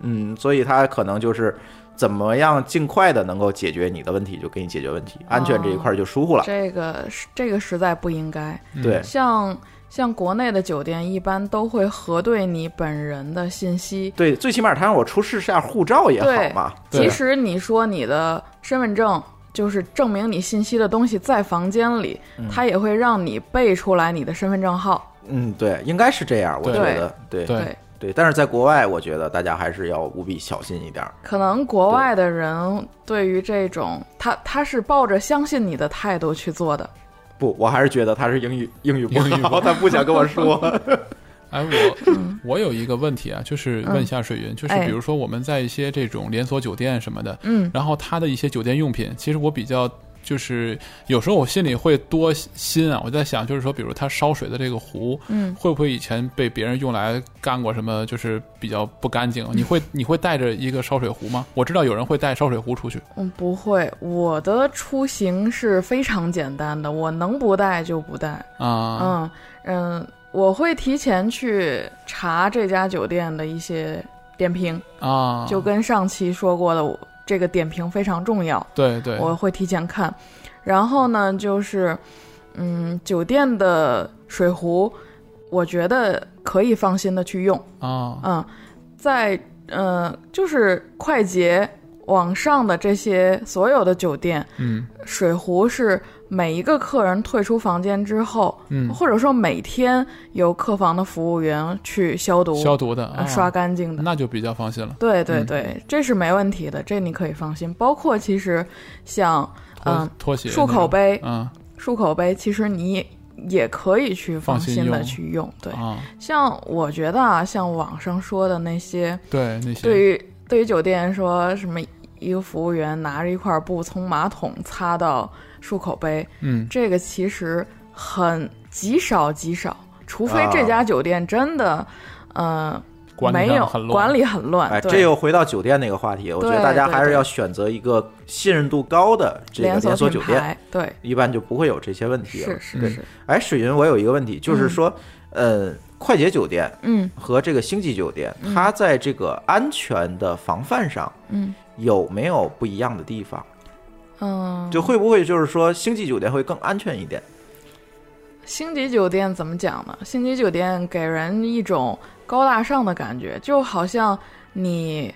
嗯，所以他可能就是。怎么样尽快的能够解决你的问题，就给你解决问题，安全这一块儿就疏忽了。这个是这个实在不应该。嗯对，像像国内的酒店一般都会核对你本人的信息，对，最起码他让我出示下护照也好对嘛。对即使你说你的身份证就是证明你信息的东西在房间里，嗯它也会让你背出来你的身份证号。嗯，对，应该是这样，我对觉得，对对对，对，但是在国外，我觉得大家还是要务必小心一点儿。可能国外的人对于这种，他他是抱着相信你的态度去做的。不，我还是觉得他是英语英语不英语不好，好他不想跟我 说。哎，我 我有一个问题啊，就是问一下水云，就是嗯哎比如说我们在一些这种连锁酒店什么的，嗯，然后它的一些酒店用品，其实我比较就是有时候我心里会多心啊，我在想，就是说，比如它烧水的这个壶，嗯，会不会以前被别人用来干过什么，就是比较不干净？你 会你会带着一个烧水壶吗？我知道有人会带烧水壶出去嗯，不会，我的出行是非常简单的，我能不带就不带。啊，嗯嗯，我会提前去查这家酒店的一些点评，啊，就跟上期说过的，我这个点评非常重要，对对，我会提前看。然后呢，就是嗯，酒店的水壶，我觉得可以放心的去用。啊嗯，在呃，就是快捷网上的这些所有的酒店，嗯水壶是每一个客人退出房间之后，嗯或者说每天由客房的服务员去消毒、消毒的呃啊刷干净的。那就比较放心了。对对嗯对，这是没问题的，这你可以放心。包括其实像拖嗯拖鞋漱口杯、那种，嗯漱口杯，其实你也也可以去放放心心的用去用。对嗯，啊，像我觉得啊，像网上说的那些，对那些对于对于酒店说什么一个服务员拿着一块布从马桶擦到漱口杯，嗯这个其实很极少极少，除非这家酒店真的，呃，啊管理上没有很乱管理很乱，哎，对这又回到酒店那个话题，我觉得对大家还是对对要选择一个信任度高的这个连锁酒品店，牌，对，一般就不会有这些问题了是。是对是，哎，水云，我有一个问题，就是说，呃，快捷酒店嗯和这个星级酒店，它在这个安全的防范上嗯，有没有不一样的地方？嗯，就会不会就是说星级酒店会更安全一点？星级酒店怎么讲呢？星级酒店给人一种高大上的感觉，就好像你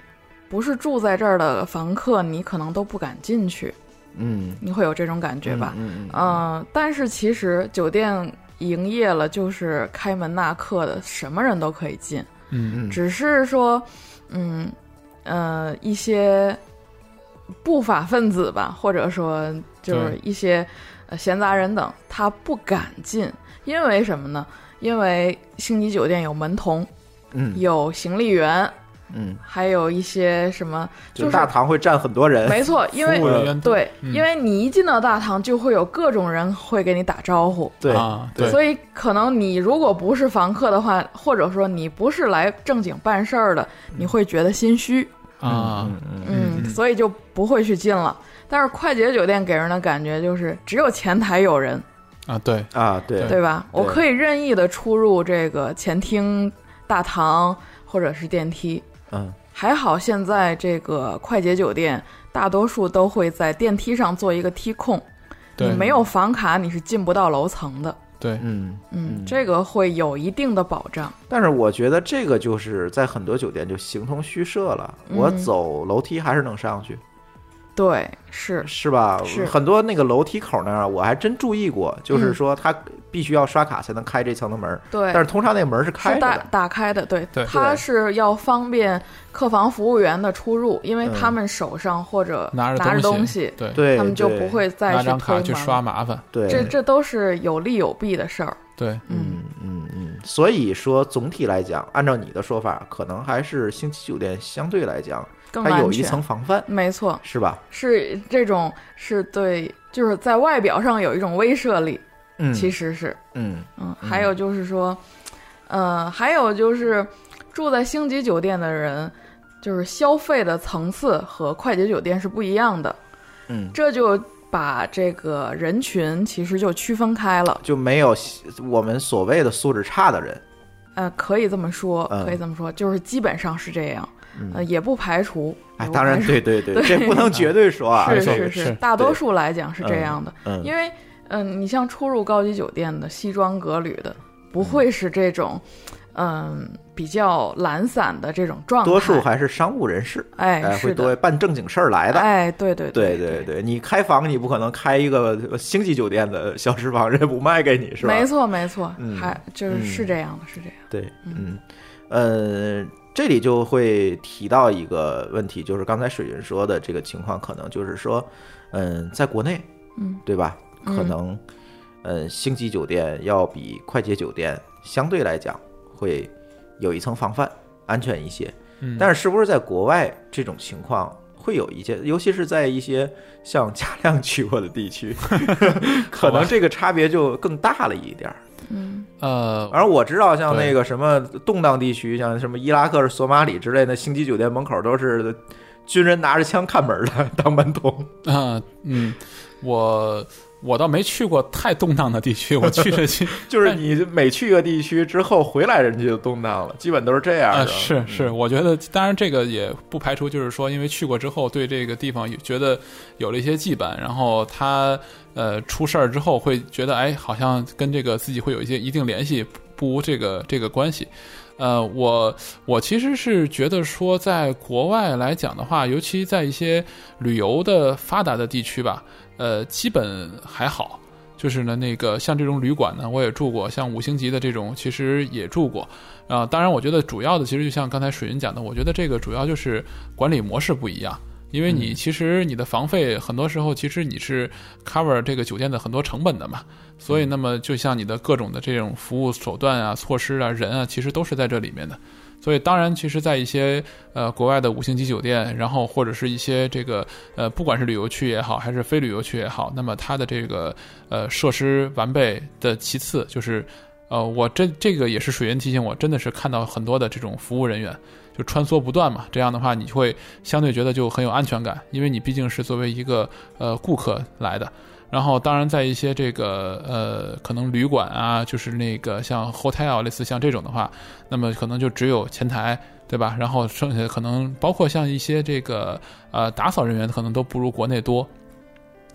不是住在这儿的房客，你可能都不敢进去，嗯，你会有这种感觉吧？嗯嗯嗯嗯，但是其实酒店营业了就是开门纳客的，什么人都可以进，嗯嗯只是说，嗯，呃，一些不法分子吧，或者说就是对一些呃闲杂人等，他不敢进，因为什么呢？因为星级酒店有门童，嗯有行李员，嗯，还有一些什么，就是大堂会站很多人， 没错，因为服务人员多对，嗯因为你一进到大堂，就会有各种人会给你打招呼，对啊，对，所以可能你如果不是房客的话，或者说你不是来正经办事儿的，嗯你会觉得心虚，啊，嗯嗯嗯，所以就不会去进了。但是快捷酒店给人的感觉就是只有前台有人，啊，对，啊，对对吧？对我可以任意的出入这个前厅、大堂或者是电梯。嗯还好现在这个快捷酒店大多数都会在电梯上做一个梯控，对你嗯没有房卡你是进不到楼层的。对，嗯。嗯，这个会有一定的保障。但是我觉得这个就是在很多酒店就形同虚设了，我嗯走楼梯还是能上去，对，是是吧？是嗯很多那个楼梯口那儿啊，我还真注意过，就是说他必须要刷卡才能开这层的门儿，对，但是通常那个门儿是开是着打的，打开的，对，对它是要方便客房服务员的出入，因为嗯他们手上或者嗯拿拿着东西，对，对，他们就对不会再拿去张推卡门。去刷麻烦，对，这这都是有利有弊的事儿。对，嗯，嗯嗯，所以说总体来讲，按照你的说法，可能还是星级酒店相对来讲，更它有安一全嗯层防范，没错，是吧？是这种是对，就是在外表上有一种威慑力，嗯，其实实是嗯嗯，还有就是说，呃，还有就是住在星级酒店的人，就是消费的层次和快捷酒店是不一样的。嗯，这就把这个人群其实就区分开了。就没有我们所谓的素质差的人，呃，可以这么说，嗯可以这么说，就是基本上是这样。呃，也不排除。哎，也不当然排除对对对，这不能绝对说啊， 是错是是大多数来讲是这样的，嗯嗯因为嗯、你像出入高级酒店的西装革履的，不会是这种嗯、比较懒散的这种状态，多数还是商务人士，哎哎，是会的多办正经事儿来的。哎对对对对对对，你开房你不可能开一个星级酒店的小时房，人家不卖给你是吧？没错没错，嗯还就是嗯是这样的，是这样，对，嗯，呃，这里就会提到一个问题，就是刚才水云说的这个情况，可能就是说，嗯、在国内，嗯，对吧？可嗯能，嗯、星级酒店要比快捷酒店相对来讲会有一层防范，安全一些。嗯但是是不是在国外这种情况？会有一些，尤其是在一些像家亮去过的 地区， 可能这个差别就更大了一点儿。嗯呃，而我知道，像对那个什么动荡地区，像什么伊拉克、索马里之类的星级酒店门口都是军人拿着枪看门的 当门童。啊，嗯，我我倒没去过太动荡的地 区，我去了去就是你每去一个地区之后回来，人家就动荡了，基本都是这样啊，的。嗯是是，我觉得当然这个也不排除，就是说因为去过之后对这个地方有觉得有了一些羁绊，然后他呃出事儿之后会觉得哎，好像跟这个自己会有一些一定联系，不无这个这个关系。呃，我我其实是觉得说，在国外来讲的话，尤其在一些旅游的发达的地区吧，呃，基本还好。就是呢，那个像这种旅馆呢，我也住过，像五星级的这种，其实也住过。啊、当然，我觉得主要的其实就像刚才水云讲的，我觉得这个主要就是管理模式不一样。因为你其实你的房费很多时候其实你是 cover 这个酒店的很多成本的嘛，所以那么就像你的各种的这种服务手段啊、措施啊、人啊，其实都是在这里面的。所以当然，其实，在一些呃国外的五星级酒店，然后或者是一些这个呃，不管是旅游区也好，还是非旅游区也好，那么它的这个呃设施完备的其次就是。呃，我这这个也是水源提醒我，真的是看到很多的这种服务人员就穿梭不断嘛，这样的话你会相对觉得就很有安全感，因为你毕竟是作为一个呃顾客来的。然后，当然，在一些这个呃，可能旅馆啊，就是那个像 hotel 类似像这种的话，那么可能就只有前台，对吧？然后剩下可能包括像一些这个呃打扫人员，可能都不如国内多。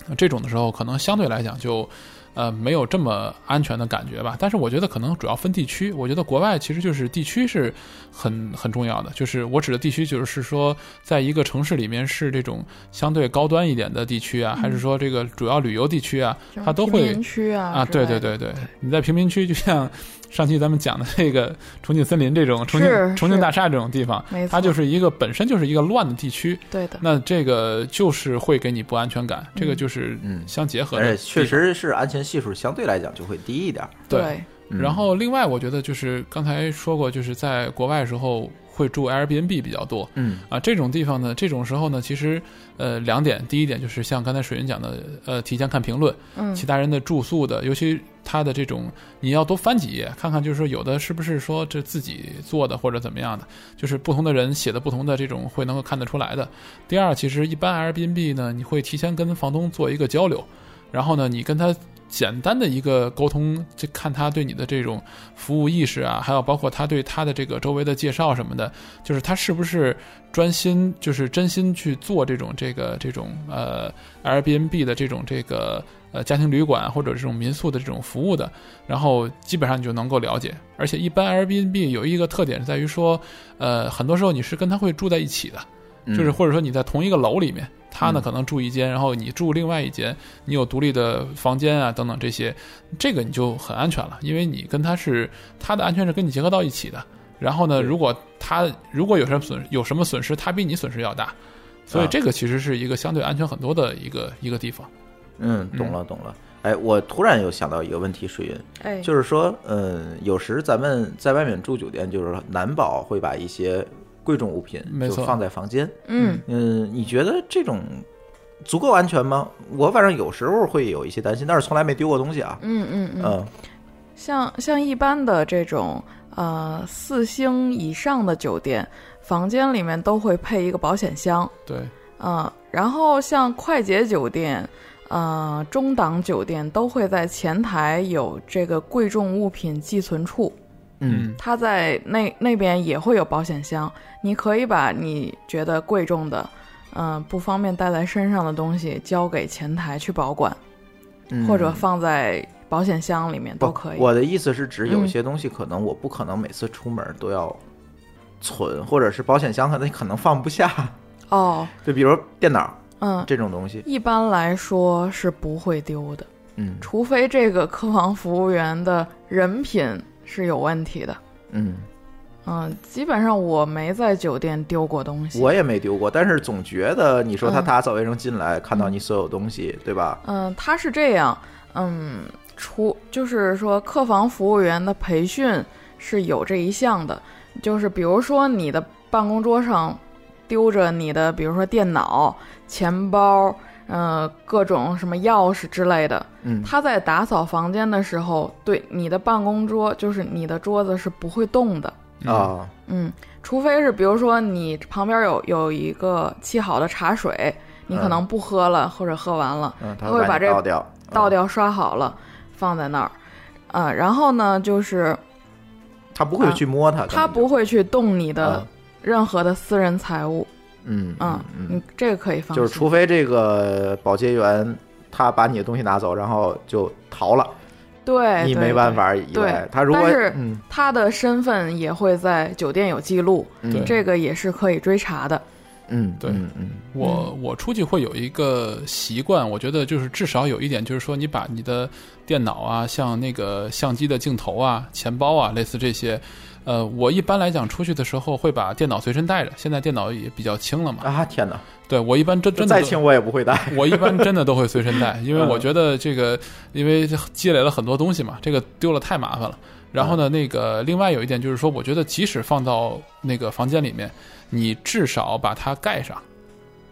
呃这种的时候，可能相对来讲就。呃，没有这么安全的感觉吧，但是我觉得可能主要分地区。我觉得国外其实就是地区是很很重要的，就是我指的地区就是说，在一个城市里面是这种相对高端一点的地区啊，还是说这个主要旅游地区啊，它都会贫民区嗯啊啊，之类对的对，对对，你在贫民区，就像上期咱们讲的那个重庆森林这种重庆是重庆是大厦这种地方没，错它就是一个本身就是一个乱的地区，对的，那这个就是会给你不安全感，这个就是嗯相结合而的地且方，确实是安全系数相对来讲就会低一点儿。对。嗯然后另外，我觉得就是刚才说过，就是在国外的时候会住 Airbnb 比较多，嗯啊，这种地方呢，这种时候呢，其实呃两点，第一点就是像刚才水云讲的，呃，提前看评论，嗯其他人的住宿的，尤其他的这种，你要多翻几页，看看就是说有的是不是说这自己做的或者怎么样的，就是不同的人写的不同的这种会能够看得出来的。第二，其实一般 Airbnb 呢，你会提前跟房东做一个交流，然后呢，你跟他简单的一个沟通，就看他对你的这种服务意识啊，还有包括他对他的这个周围的介绍什么的，就是他是不是专心，就是真心去做这种这个这种呃 Airbnb 的这种这个呃家庭旅馆或者这种民宿的这种服务的，然后基本上你就能够了解。而且一般 Airbnb 有一个特点是在于说，呃，很多时候你是跟他会住在一起的，就是或者说你在同一个楼里面，他呢嗯可能住一间，然后你住另外一间，你有独立的房间啊等等这些，这个你就很安全了，因为你跟他是他的安全是跟你结合到一起的。然后呢，如果他如果有什么损有什么损失，他比你损失要大，所以啊这个其实是一个相对安全很多的一个一个地方。嗯，懂了懂了。哎，我突然又想到一个问题，水云，哎，就是说，嗯，有时咱们在外面住酒店，就是难保会把一些贵重物品没就错放在房间。嗯嗯，你觉得这种足够安全吗？我反正有时候会有一些担心，但是从来没丢过东西啊。嗯嗯嗯，嗯像像一般的这种呃四星以上的酒店，房间里面都会配一个保险箱，对，嗯、然后像快捷酒店。呃，中档酒店都会在前台有这个贵重物品寄存处，嗯它在那那边也会有保险箱，你可以把你觉得贵重的，嗯、不方便带在身上的东西交给前台去保管，嗯，或者放在保险箱里面不都可以。我的意思是指有嗯些东西可能我不可能每次出门都要存，或者是保险箱可能可能放不下。哦，就比如电脑嗯，这种东西，一般来说是不会丢的，嗯除非这个客房服务员的人品是有问题的。嗯，嗯，基本上我没在酒店丢过东西。我也没丢过，但是总觉得你说他嗯打扫卫生进来，看嗯到你所有东西，对吧？嗯，他是这样，嗯，除就是说客房服务员的培训是有这一项的，就是比如说你的办公桌上丢着你的，比如说电脑、钱包，呃，各种什么钥匙之类的，嗯他在打扫房间的时候，对你的办公桌，就是你的桌子是不会动的，啊，嗯，除非是比如说你旁边有有一个沏好的茶水，你可能不喝了、或者喝完了，嗯，他会会把你这倒掉，倒嗯，掉刷好了，放在那儿，啊、然后呢就是嗯他不会去摸它，啊他根本不会去动你就的任何的私人财物，嗯嗯嗯，嗯你这个可以放心，就是除非这个保洁员他把你的东西拿走，然后就逃了，对哎你对没办对法以外对，他如果但是嗯他的身份也会在酒店有记录，对嗯这个也是可以追查的。嗯对嗯嗯我我出去会有一个习惯，我觉得就是至少有一点，就是说你把你的电脑啊，像那个相机的镜头啊、钱包啊，类似这些，呃，我一般来讲出去的时候会把电脑随身带着。现在电脑也比较轻了嘛，啊天哪，对我一般真真的再都轻我也不会 带，我一般真的都会随身带，因为嗯我觉得这个，因为积累了很多东西嘛，这个丢了太麻烦了。然后呢，那个另外有一点就是说，我觉得即使放到那个房间里面，你至少把它盖上。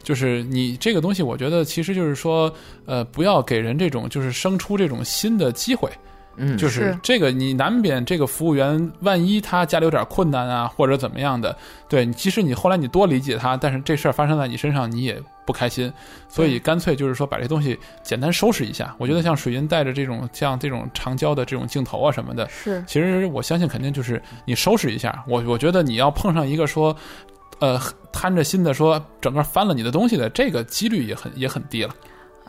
就是你这个东西，我觉得其实就是说，呃，不要给人这种就是生出这种新的机会。嗯就是是这个你难免这个服务员，万一他家里有点困难啊，或者怎么样的，对，你即使你后来你多理解他，但是这事儿发生在你身上，你也不开心，所以干脆就是说把这东西简单收拾一下。我觉得像水银带着这种像这种长焦的这种镜头啊什么的，是，其实我相信肯定就是你收拾一下。我我觉得你要碰上一个说，呃，贪着心的说整个翻了你的东西的，这个几率也很也很低了。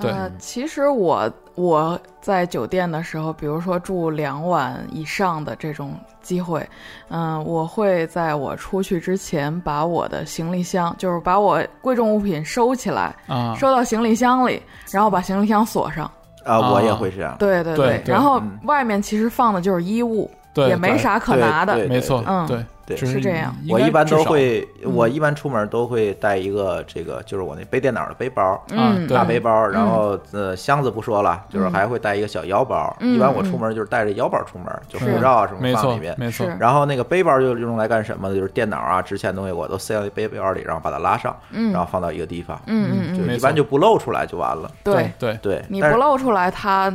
对呃，其实我我在酒店的时候，比如说住两晚以上的这种机会，嗯、我会在我出去之前把我的行李箱，就是把我贵重物品收起来，啊，收到行李箱里，然后把行李箱锁上。啊，我也啊会这样，对对对对然后嗯外面其实放的就是衣物，对也没对啥可对拿的。对没错，嗯对对只是这样应我该一般至都少嗯会，我一般出门都会带一个这个，就是我那背电脑的背包，啊嗯，对大背包，然后呃箱子不说了，就是还会带一个小腰包。一般我出门就是带着腰包出门，就护嗯是照啊什么没放错里面。没错是然后那个背包就用来干什么呢？就是电脑啊、值钱的东西我都塞到背包里，然后把它拉上，然后放到一个地方，嗯嗯嗯，就没一般错就不露出来就完了。对，对对，你不但是露出来，他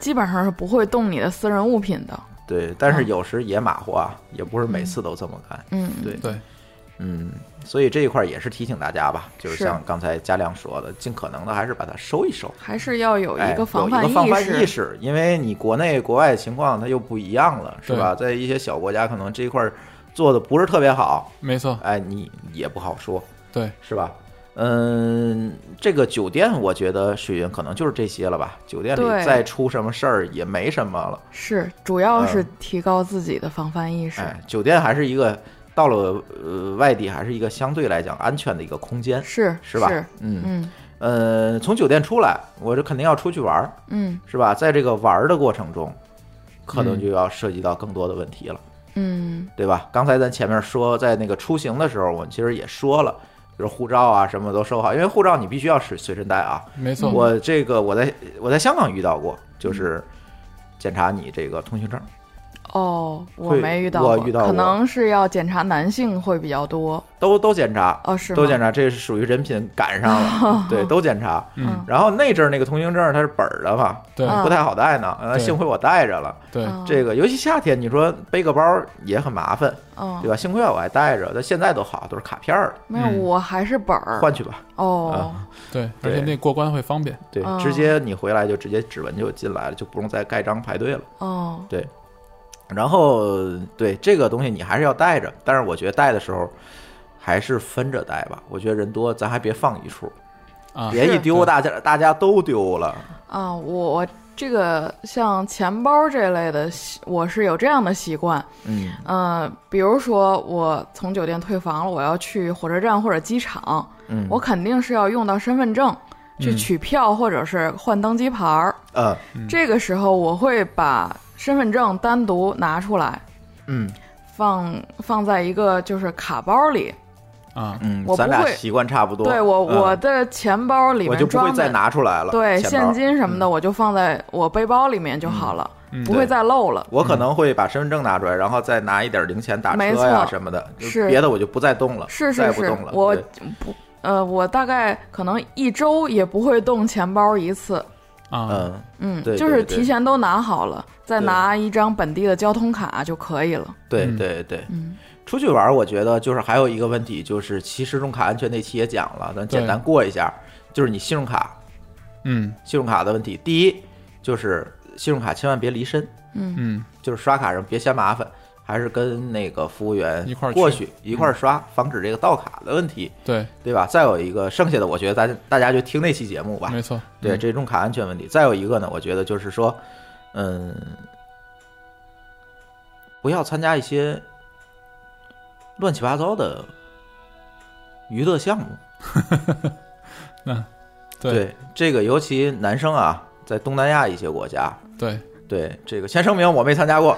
基本上是不会动你的私人物品的。对，但是有时也马虎啊，也不是每次都这么干。嗯，对对嗯，所以这一块儿也是提醒大家吧，就是是像刚才佳亮说的，尽可能的还是把它收一收。还是要有哎一个防有范一个防范识。意识，因为你国内国外情况它又不一样了，是对吧？在一些小国家，可能这一块儿做的不是特别好，没错哎，你也不好说，对是吧？嗯，这个酒店我觉得水云可能就是这些了吧。酒店里对再出什么事儿也没什么了。是，主要是嗯提高自己的防范意识。哎，酒店还是一个到了呃外地还是一个相对来讲安全的一个空间，是是吧？嗯嗯呃，从酒店出来，我这肯定要出去玩儿，嗯是吧？在这个玩儿的过程中，可嗯能就要涉及到更多的问题了，嗯，对吧？刚才咱前面说，在那个出行的时候，我们其实也说了，比如护照啊什么都收好，因为护照你必须要随随身带啊。没错，我这个我在我在香港遇到过，就是检查你这个通行证，哦，我会没遇到我过，遇到可过能是要检查男性会比较多。都都检查，哦，是吗？都检查，这是属于人品赶上 了，对，都检查。嗯然后那阵儿那个通行证它是本儿的嘛，对啊不太好带呢，呃对幸亏我带着了。对嗯这个尤其夏天，你说背个包也很麻烦，嗯对，吧？幸亏我还带着，但现在都好，都是卡片儿了，没有，嗯我还是本儿。换啊去吧。哦，对，而且对那过关会方便，对哦，直接你回来就直接指纹就进来了，就不用再盖章排队了。哦，然后对这个东西你还是要带着，但是我觉得带的时候还是分着带吧。我觉得人多，咱还别放一处，啊，别一丢对大家大家都丢了。啊，我我这个像钱包这类的习，我是有这样的习惯。嗯呃，比如说我从酒店退房了，我要去火车站或者机场，嗯，我肯定是要用到身份证去嗯取票或者是换登机牌儿。呃这个时候我会把身份证单独拿出来，嗯放放在一个就是卡包里。啊，嗯我，不咱俩会习惯差不多。对我、嗯我的钱包里我面就不装会的再拿出来了，对钱包嗯现。金什么的，我就放在我背包里面就好了，不会对再漏了。我嗯可能会把身份证拿出来，然后再拿一点零钱打没车呀错什么的，就是别的我就不再动了，是是再不是动，了。我对不呃，我大概可能一周也不会动钱包一次，啊，嗯，嗯，对就对是对提前都拿好了，再对拿一张本地的交通卡就可以了。对嗯对对嗯，出去玩儿，我觉得就是还有一个问题，就是其实用卡安全那期也讲了，咱简单过一下，就是你信用卡嗯信用卡的问题。第一就是信用卡千万别离身，嗯，就是刷卡人别嫌麻烦，还是跟那个服务员一块儿过去嗯去一块儿刷，防止这个盗卡的问题。对，对吧？再有一个，剩下的我觉得大家大家就听那期节目吧。没错，对，嗯这种卡安全问题。再有一个呢，我觉得就是说，嗯，不要参加一些乱七八糟的娱乐项目。 对这个尤其男生啊，在东南亚一些国家，对对这个先声明我没参加过，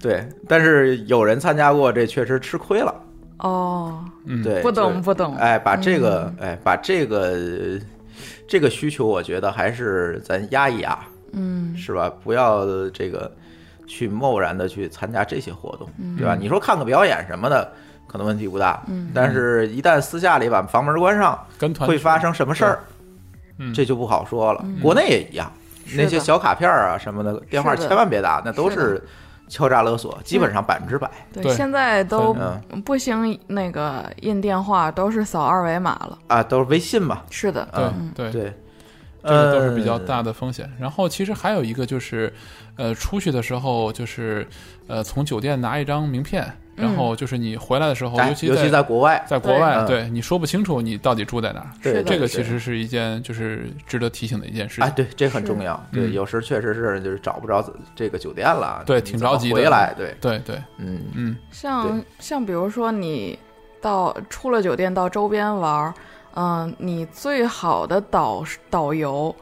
对，但是有人参加过，这确实吃亏了。哦，嗯对，不就懂不懂，哎，把这个，哎，把这个呃这个需求，我觉得还是咱压一压，嗯，是吧？不要这个去贸然的去参加这些活动，嗯对嗯吧？你说看个表演什么的，可能问题不大，但是一旦私下里把房门关上，跟团会去发生什么事儿，嗯这就不好说了。国内也一样，那的些小卡片儿啊什么的，电话是的千万别打，那都是的是敲诈勒索，基本嗯上百分之百。对，对现在都嗯不兴那个印电话，都是扫二维码了。啊，都是微信嘛，是的，对对啊对，这个都是比较嗯大的风险。然后其实还有一个就是，呃，出去的时候就是，呃，从酒店拿一张名片，嗯然后就是你回来的时候，哎尤尤其在在国外，在国外，对嗯对你说不清楚你到底住在哪儿。是对的这个对其实是一件就是值得提醒的一件事哎，情。对，这很重要。对，嗯有时确实是就是找不着这个酒店了，对你挺怎么着急的回来。对，对对，嗯，嗯，像像比如说你到出了酒店到周边玩儿，嗯、你最好的导导游，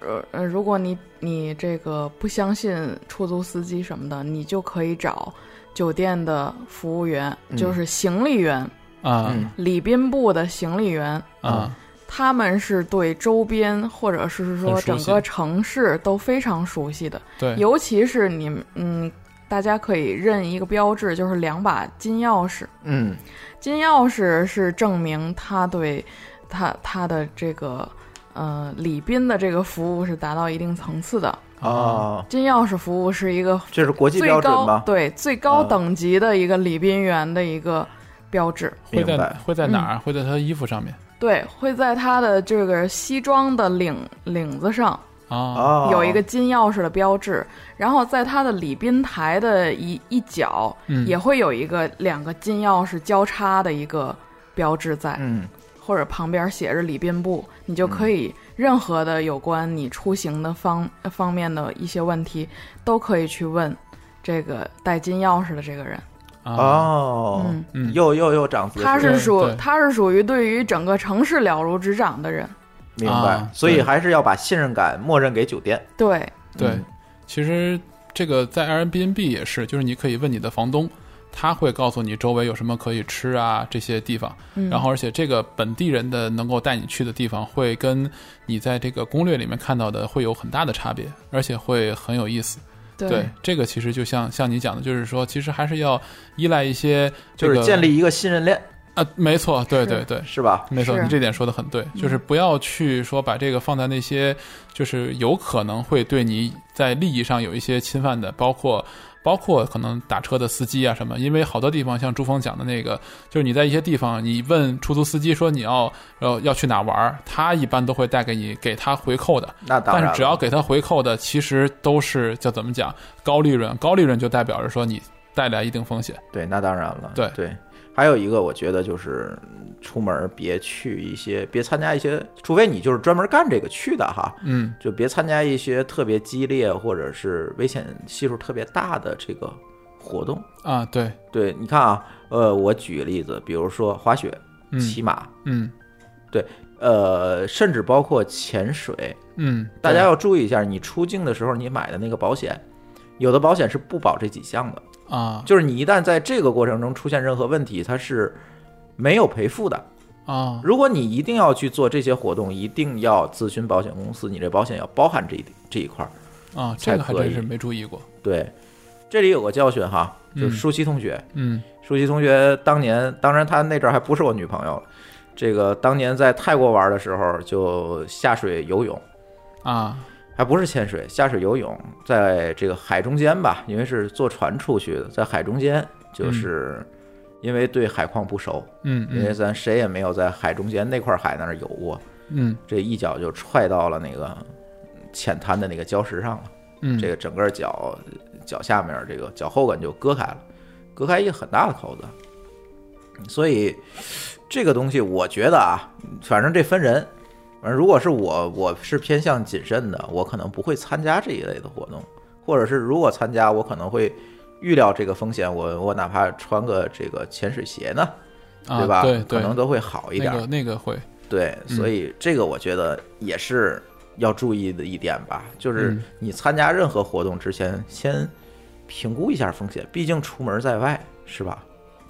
呃呃，如果你你这个不相信出租司机什么的，你就可以找酒店的服务员，就是嗯行李员，啊嗯礼宾部的行李员。啊，他们是对周边或者是说很熟整悉个城市都非常熟悉的，对，尤其是你们嗯，大家可以认一个标志，就是两把金钥匙。嗯，金钥匙是证明他对他他的这个呃礼宾的这个服务是达到一定层次的。哦，啊金钥匙服务是一个这是国际最标准高吗？对最高嗯等级的一个礼宾员的一个标志。会明在白嗯会在哪儿？会在他的衣服上面对，会在他的这个西装的领领子上啊哦，有一个金钥匙的标志，然后在他的礼宾台的一一角、嗯也会有一个两个金钥匙交叉的一个标志在。嗯，或者旁边写着礼宾部，你就可以任何的有关你出行的方呃方面的一些问题，都可以去问这个带金钥匙的这个人。啊哦嗯，嗯又又又长姿势，他是属对他是属于对于整个城市了如指掌的人。明啊白，所以对还是要把信任感默认给酒店。对，对嗯，其实这个在 Airbnb 也是，就是你可以问你的房东，他会告诉你周围有什么可以吃啊这些地方。嗯，然后，而且这个本地人的能够带你去的地方，会跟你在这个攻略里面看到的会有很大的差别，而且会很有意思。对这个其实就像像你讲的，就是说，其实还是要依赖一些、这就个，是建立一个信任链，啊，没错，对是对对。是吧？没错，是嗯你这点说的很对，就是不要去说把这个放在那些，就是有可能会对你在利益上有一些侵犯的，包括包括可能打车的司机啊什么，因为好多地方像朱峰讲的那个，就是你在一些地方，你问出租司机说你要呃要去哪玩儿，他一般都会带给你给他回扣的，那当但然了，是只要给他回扣的，其实都是叫怎么讲高利润，高利润就代表着说你带来一定风险，对，那当然了，对对。还有一个，我觉得就是嗯出门别去一些，别参加一些，除非你就是专门干这个去的哈，嗯，就别参加一些特别激烈或者是危险系数特别大的这个活动。啊对，对，你看啊，呃，我举个例子，比如说滑雪、嗯骑马，嗯呃，甚至包括潜水，嗯，大家对要注意一下，你出境的时候你买的那个保险，有的保险是不保这几项的，啊就是你一旦在这个过程中出现任何问题，它是没有赔付的。啊如果你一定要去做这些活动，一定要咨询保险公司，你这保险要包含这一这一块儿。啊，这个还才可真是以没注意过，对，这里有个教训哈，就嗯舒淇同学，嗯。舒淇同学当年，当然她那阵儿还不是我女朋友了。这个当年在泰国玩的时候，就下水游泳，啊，还不是潜水，下水游泳，在这个海中间吧，因为是坐船出去的，在海中间，就是因为对海况不熟，嗯因为嗯咱谁也没有在海中间那块海那儿游过，嗯这一脚就踹到了那个浅滩的那个礁石上了。嗯，这个整个脚脚下面这个脚后跟就割开了，割开一个很大的口子。所以这个东西，我觉得啊，反正这分人。反正如果是我，我是偏向谨慎的，我可能不会参加这一类的活动，或者是如果参加，我可能会预料这个风险，我我哪怕穿个这个潜水鞋呢，啊对吧？对可能都会好一点。那个那个会，对，嗯所以这个我觉得也是要注意的一点吧，就是嗯你参加任何活动之前，先评估一下风险，毕竟出门在外是吧？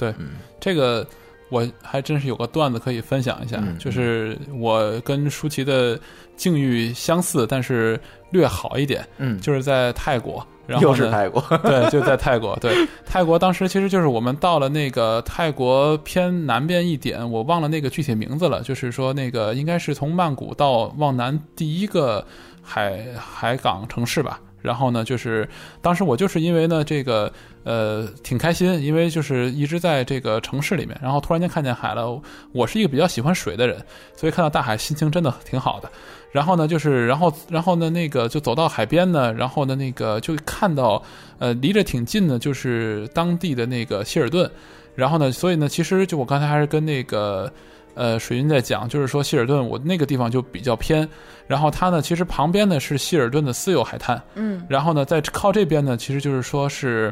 嗯这个我还真是有个段子可以分享一下，嗯就是我跟舒淇的境遇相似，但是略好一点，嗯，就是在泰国，然又后是呢，泰国，对，就在泰国，对，泰国当时其实就是我们到了那个泰国偏南边一点，我忘了那个具体名字了，就是说那个应该是从曼谷到往南第一个海海港城市吧。然后呢，就是当时我就是因为呢这个呃挺开心，因为就是一直在这个城市里面，然后突然间看见海了。我是一个比较喜欢水的人，所以看到大海心情真的挺好的。然后呢，就是然后然后呢，那个就走到海边呢，然后呢，那个就看到，呃，离着挺近的，就是当地的那个希尔顿。然后呢，所以呢，其实就我刚才还是跟那个。呃，水军在讲，就是说希尔顿，我那个地方就比较偏，然后它呢，其实旁边呢是希尔顿的私有海滩，嗯，然后呢，在靠这边呢，其实就是说是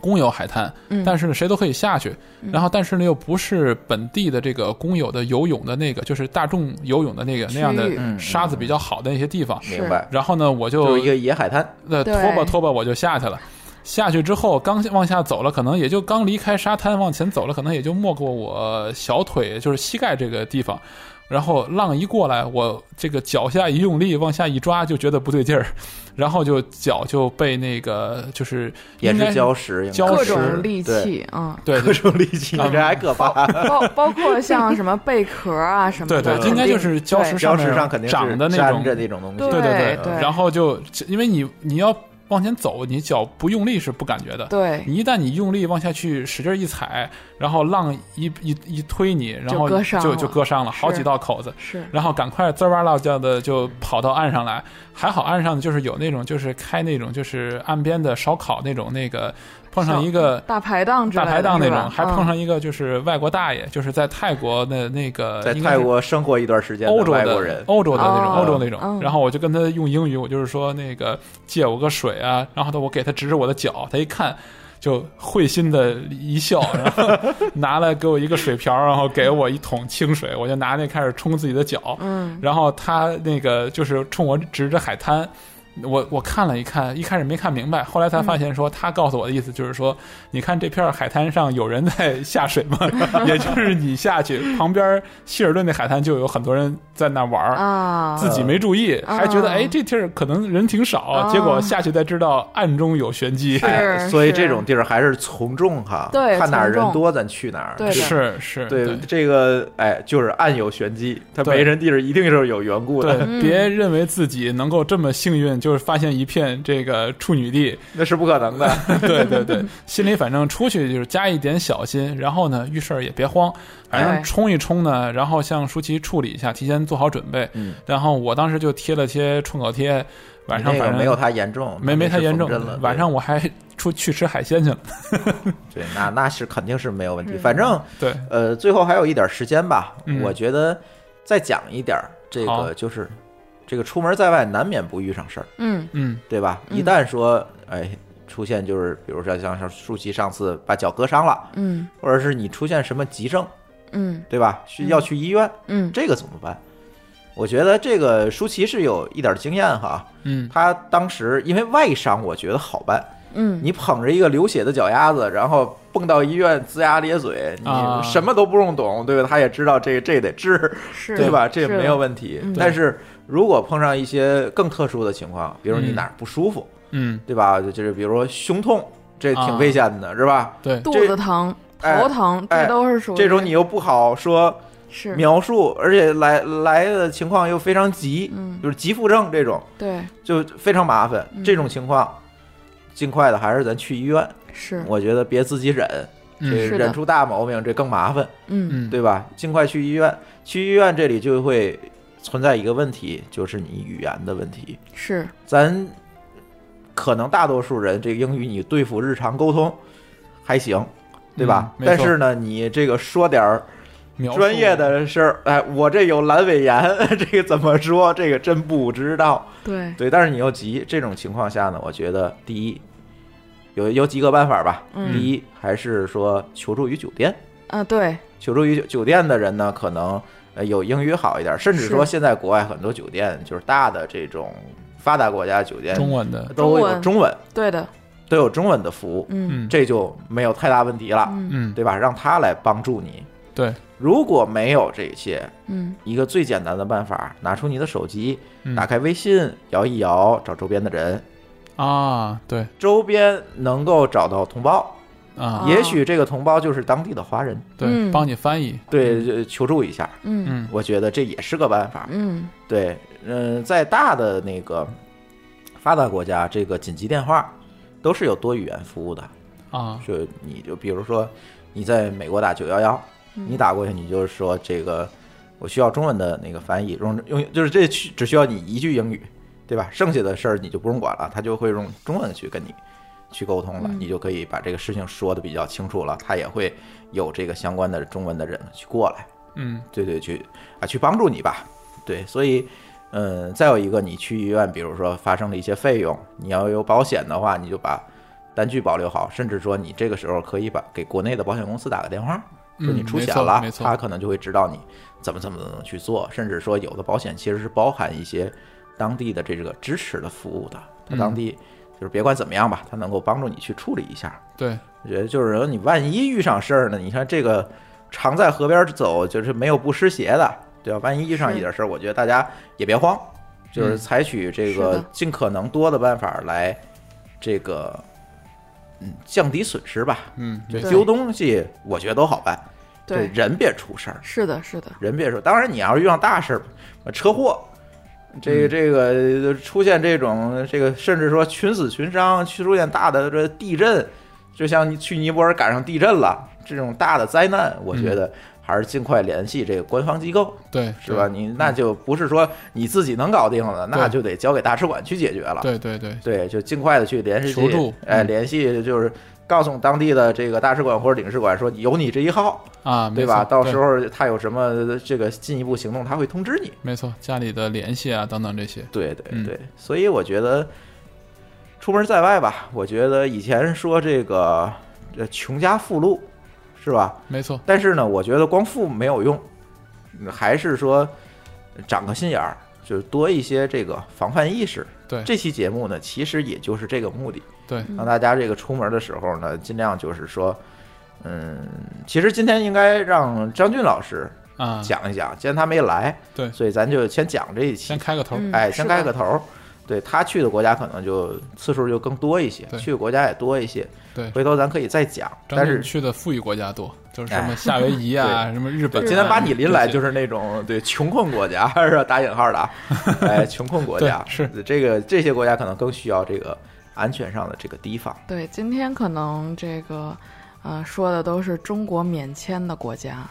公有海滩，嗯但是呢，谁都可以下去，嗯然后但是呢，又不是本地的这个公有的游泳的那个，就是大众游泳的那个那样区域的沙子比较好的那些地方，是明白，然后呢，我嗯就就是一个野海滩，呃对拖吧拖吧，我就下去了。下去之后，刚往下走了，可能也就刚离开沙滩往前走了，可能也就没过我小腿，就是膝盖这个地方。然后浪一过来，我这个脚下一用力往下一抓，就觉得不对劲儿，然后就脚就被那个就是也应该是礁石，应该礁各石种利对器，嗯，对各种力气，啊这还可怕。包包括像什么贝壳啊什么对的，对，应该就是礁石礁面石上肯定是长的那粘种着那种东西，对对对然后就因为你你要往前走，你脚不用力是不感觉的。对，你一旦你用力往下去使劲一踩，然后浪一一一推你，然后就割伤就了就割伤了，是好几道口子。是然后赶快滋儿哇啦叫的就跑到岸上来，还好岸上就是有那种就是开那种就是岸边的烧烤那种那个，碰上一个大排档之类大的，排档那是吧种，还碰上一个就是外国大爷，就是在泰国的那个在应该是泰国生活一段时间欧洲外的国人，欧洲的那种，哦欧洲那种嗯。然后我就跟他用英语，我就是说那个借我个水啊，然后他我给他指指我的脚，他一看。就会心的一笑，然后拿来给我一个水瓢，然后给我一桶清水，我就拿那开始冲自己的脚，嗯，然后他那个就是冲我指着海滩，我我看了一看，一开始没看明白，后来才发现说他告诉我的意思就是说，你看这片海滩上有人在下水 吗？也就是你下去，旁边希尔顿那海滩就有很多人在那玩儿。啊，啊自己没注意，还觉得哎，这地儿可能人挺少，结果下去才知道暗中有玄机。哎是所以是这种地儿还是从众哈，对看哪儿从人众多咱去哪儿。对的是是，对这个，哎，就是暗有玄机，它对没人地儿一定是有缘故的，嗯对，别认为自己能够这么幸运，就是发现一片这个处女地，那是不可能的。 对对对，心里反正出去就是加一点小心，然后呢，遇事儿也别慌，反正哎对冲一冲呢，然后向舒淇处理一下，提前做好准备。嗯，然后我当时就贴了贴创口贴，晚上那反个正没有他严重，没没太严重真了。，晚上我还出去吃海鲜去了。对，对那那是肯定是没有问题。反正嗯对，呃，最后还有一点时间吧，嗯我觉得再讲一点儿，这好个就是这个出门在外难免不遇上事儿，嗯嗯，对吧？嗯一旦说哎出现就是比如说像像舒淇上次把脚割伤了，嗯或者是你出现什么急症，嗯对吧？需要去医院，嗯，这个怎么办？我觉得这个舒淇是有一点经验哈，嗯她当时因为外伤，我觉得好办，嗯，你捧着一个流血的脚丫子，然后蹦到医院龇牙咧嘴，啊你什么都不用懂，对吧？他也知道这这得治，是对吧？这是没有问题。但是如果碰上一些更特殊的情况，比如你嗯哪儿不舒服，嗯，对吧？就就是比如说胸痛，这啊挺危险的，是吧？对，肚子疼、哎头疼，哎这都是属于这种你又不好说是描述，而且来来的情况又非常急，嗯就是急腹症这种对就非常麻烦。嗯这种情况，尽快的还是咱去医院，是我觉得别自己忍。嗯这是的忍出大毛病，这更麻烦，嗯嗯对吧？尽快去医院。去医院这里就会存在一个问题，就是你语言的问题。是咱可能大多数人这个英语你对付日常沟通还行，对吧？嗯没错但是呢，你这个说点儿描述专业的事儿，哎，我这有阑尾炎， 这个怎么说？这个真不知道。对对，但是你又急，这种情况下呢，我觉得第一有有几个办法吧。嗯第一还是说求助于酒店。啊对求助于酒酒店的人呢，可能呃有英语好一点，甚至说是现在国外很多酒店就是大的这种发达国家酒店中文的，都有中中文，对的都有中文的服务，嗯嗯这就没有太大问题了，嗯嗯对吧？让他来帮助你。对，如果没有这些，嗯一个最简单的办法，拿出你的手机，嗯打开微信，摇一摇，找周边的人，啊，对周边能够找到同胞，啊，也许这个同胞就是当地的华人，对，嗯帮你翻译，对，就求助一下，嗯嗯嗯我觉得这也是个办法。嗯对，嗯、在大的那个发达国家这个紧急电话都是有多语言服务的，啊，就你就比如说你在美国打九幺幺，你打过去你就是说这个我需要中文的那个翻译，用用就是这需只需要你一句英语，对吧？剩下的事儿你就不用管了，他就会用中文去跟你去沟通了，你就可以把这个事情说的比较清楚了，他也会有这个相关的中文的人去过来，嗯对对，去啊去帮助你吧，对，所以。嗯，再有一个，你去医院，比如说发生了一些费用，你要有保险的话，你就把单据保留好，甚至说你这个时候可以把给国内的保险公司打个电话，嗯说你出险没，了错没错他可能就会指导你怎么怎么怎么去做，甚至说有的保险其实是包含一些当地的这个支持的服务的，他嗯当地就是别管怎么样吧，他能够帮助你去处理一下。对，我觉得就是说你万一遇上事儿呢，你看这个常在河边走，就是没有不湿鞋的，对吧？万一遇上是一点事儿，我觉得大家也别慌，嗯就是采取这是个的尽可能多的办法来这个嗯降低损失吧。嗯，就没对丢东西，我觉得都好办，对就人别出事儿，是的，是的，人别说，当然你要是遇上大事儿，车祸，这个这嗯个出现这种这个，甚至说群死群伤，去出现大的这地震，就像你去尼泊尔赶上地震了这种大的灾难，我嗯觉得还是尽快联系这个官方机构，对，是吧？你那就不是说你自己能搞定了，那对就得交给大使馆去解决了。对？对对对，对，就尽快的去联系这求助哎，嗯联系就是告诉当地的这个大使馆或者领事馆说有你这一号，啊，对没吧？错到时候他有什么这个进一步行动，他会通知你。没错，家里的联系啊等等这些，对对嗯对，所以我觉得出门在外吧，我觉得以前说这个这穷家富路是吧？没错，但是呢，我觉得光富没有用，嗯还是说长个心眼儿，就是多一些这个防范意识。对这期节目呢，其实也就是这个目的。对，让大家这个出门的时候呢，尽量就是说，嗯，其实今天应该让张俊老师啊，讲一讲，既然他没来，对所以咱就先讲这一期先，开个头，嗯哎，是先开的个头儿。对他去的国家可能就次数就更多一些，对去的国家也多一些，对，回头咱可以再讲。张但俊是去的富裕国家多，就是哎什么夏威夷啊，什么日本啊，今天把你拎来就是是那种对穷困国家是吧？打引号的啊， 哎，穷困国家对是这个这些国家可能更需要这个安全上的这个提防。对，今天可能这个呃说的都是中国免签的国家，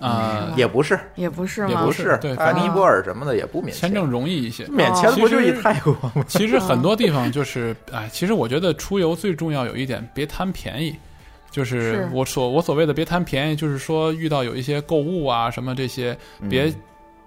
啊，也不是，也不是也吗？不是是对，他反尼正泊尔什么的也不免签证容易一些。免签不就是一泰 国吗？其实很多地方就是， 哎，其实我觉得出游最重要有一点，别贪便宜。就是是我所我所谓的别贪便宜，就是说遇到有一些购物啊什么这些，别、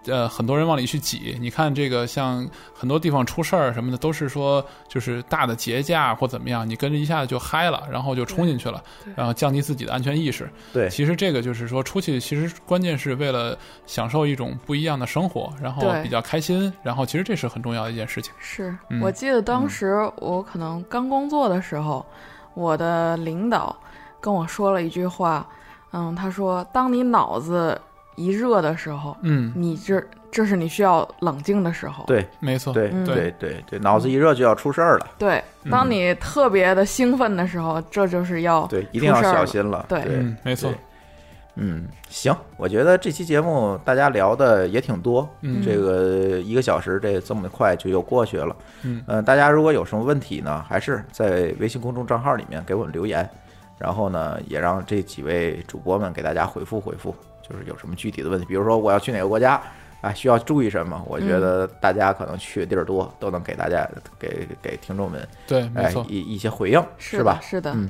呃很多人往里去挤。你看这个像很多地方出事儿什么的，都是说就是大的节假或怎么样，你跟着一下子就嗨了，然后就冲进去了，然后降低自己的安全意识。对其实这个就是说，出去其实关键是为了享受一种不一样的生活，然后对比较开心，然后其实这是很重要的一件事情。是嗯我记得当时我可能刚工作的时候，我的领导跟我说了一句话，嗯，他说：“当你脑子一热的时候，嗯，你这这是你需要冷静的时候。对没错，对嗯对对对，脑子一热就要出事儿了，对当你特别的兴奋的时候，这就是要对，一定哦要出事儿小了心了。对对嗯，，没错对，嗯，行，我觉得这期节目大家聊的也挺多，嗯这个一个小时这这么快就又过去了，嗯呃大家如果有什么问题呢，还是在微信公众账号里面给我们留言，然后呢，也让这几位主播们给大家回复回复，就是有什么具体的问题，比如说我要去哪个国家。啊，需要注意什么？我嗯觉得大家可能去的地儿多，都能给大家给给听众们对，没哎错，一一些回应，是是吧的？是的，嗯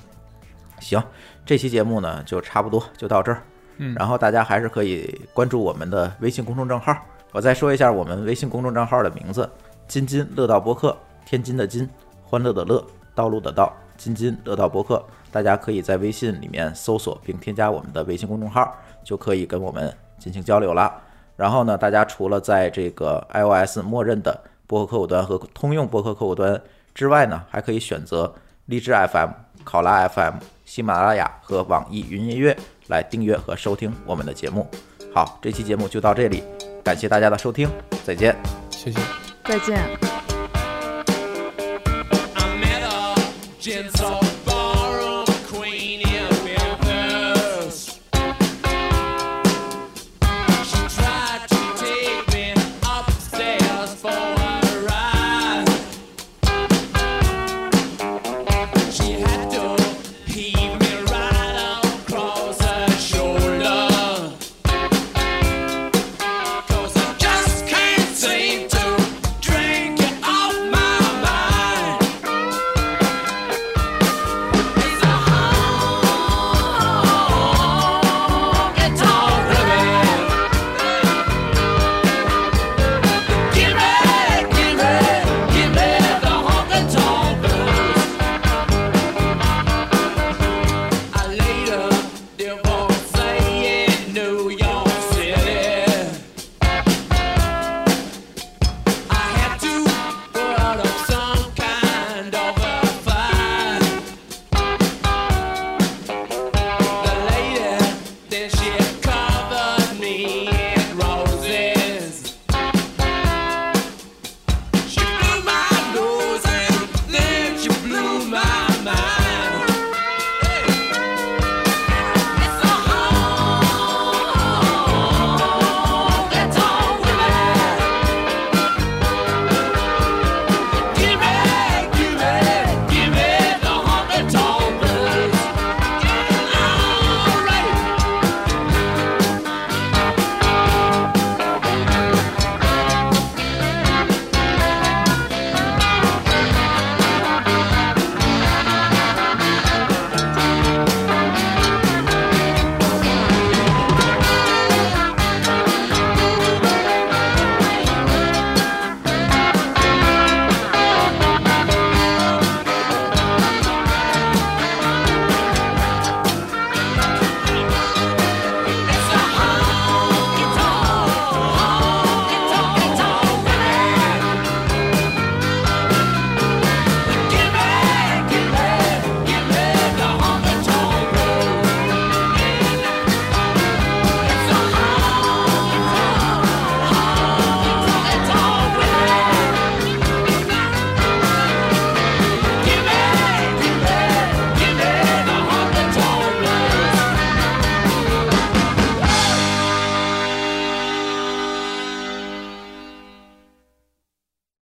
行，这期节目呢就差不多就到这儿。嗯然后大家还是可以关注我们的微信公众账号。我再说一下我们微信公众账号的名字：津津乐道播客，天津的津，欢乐的乐，道路的道，津津乐道播客。大家可以在微信里面搜索并添加我们的微信公众号，就可以跟我们进行交流了。然后呢，大家除了在这个 iOS 默认的播客客户端和通用播客客户端之外呢，还可以选择荔枝 FM、考拉 FM、喜马拉雅和网易云音乐来订阅和收听我们的节目。好，这期节目就到这里，感谢大家的收听，再见。谢谢。再见。 I met a gentle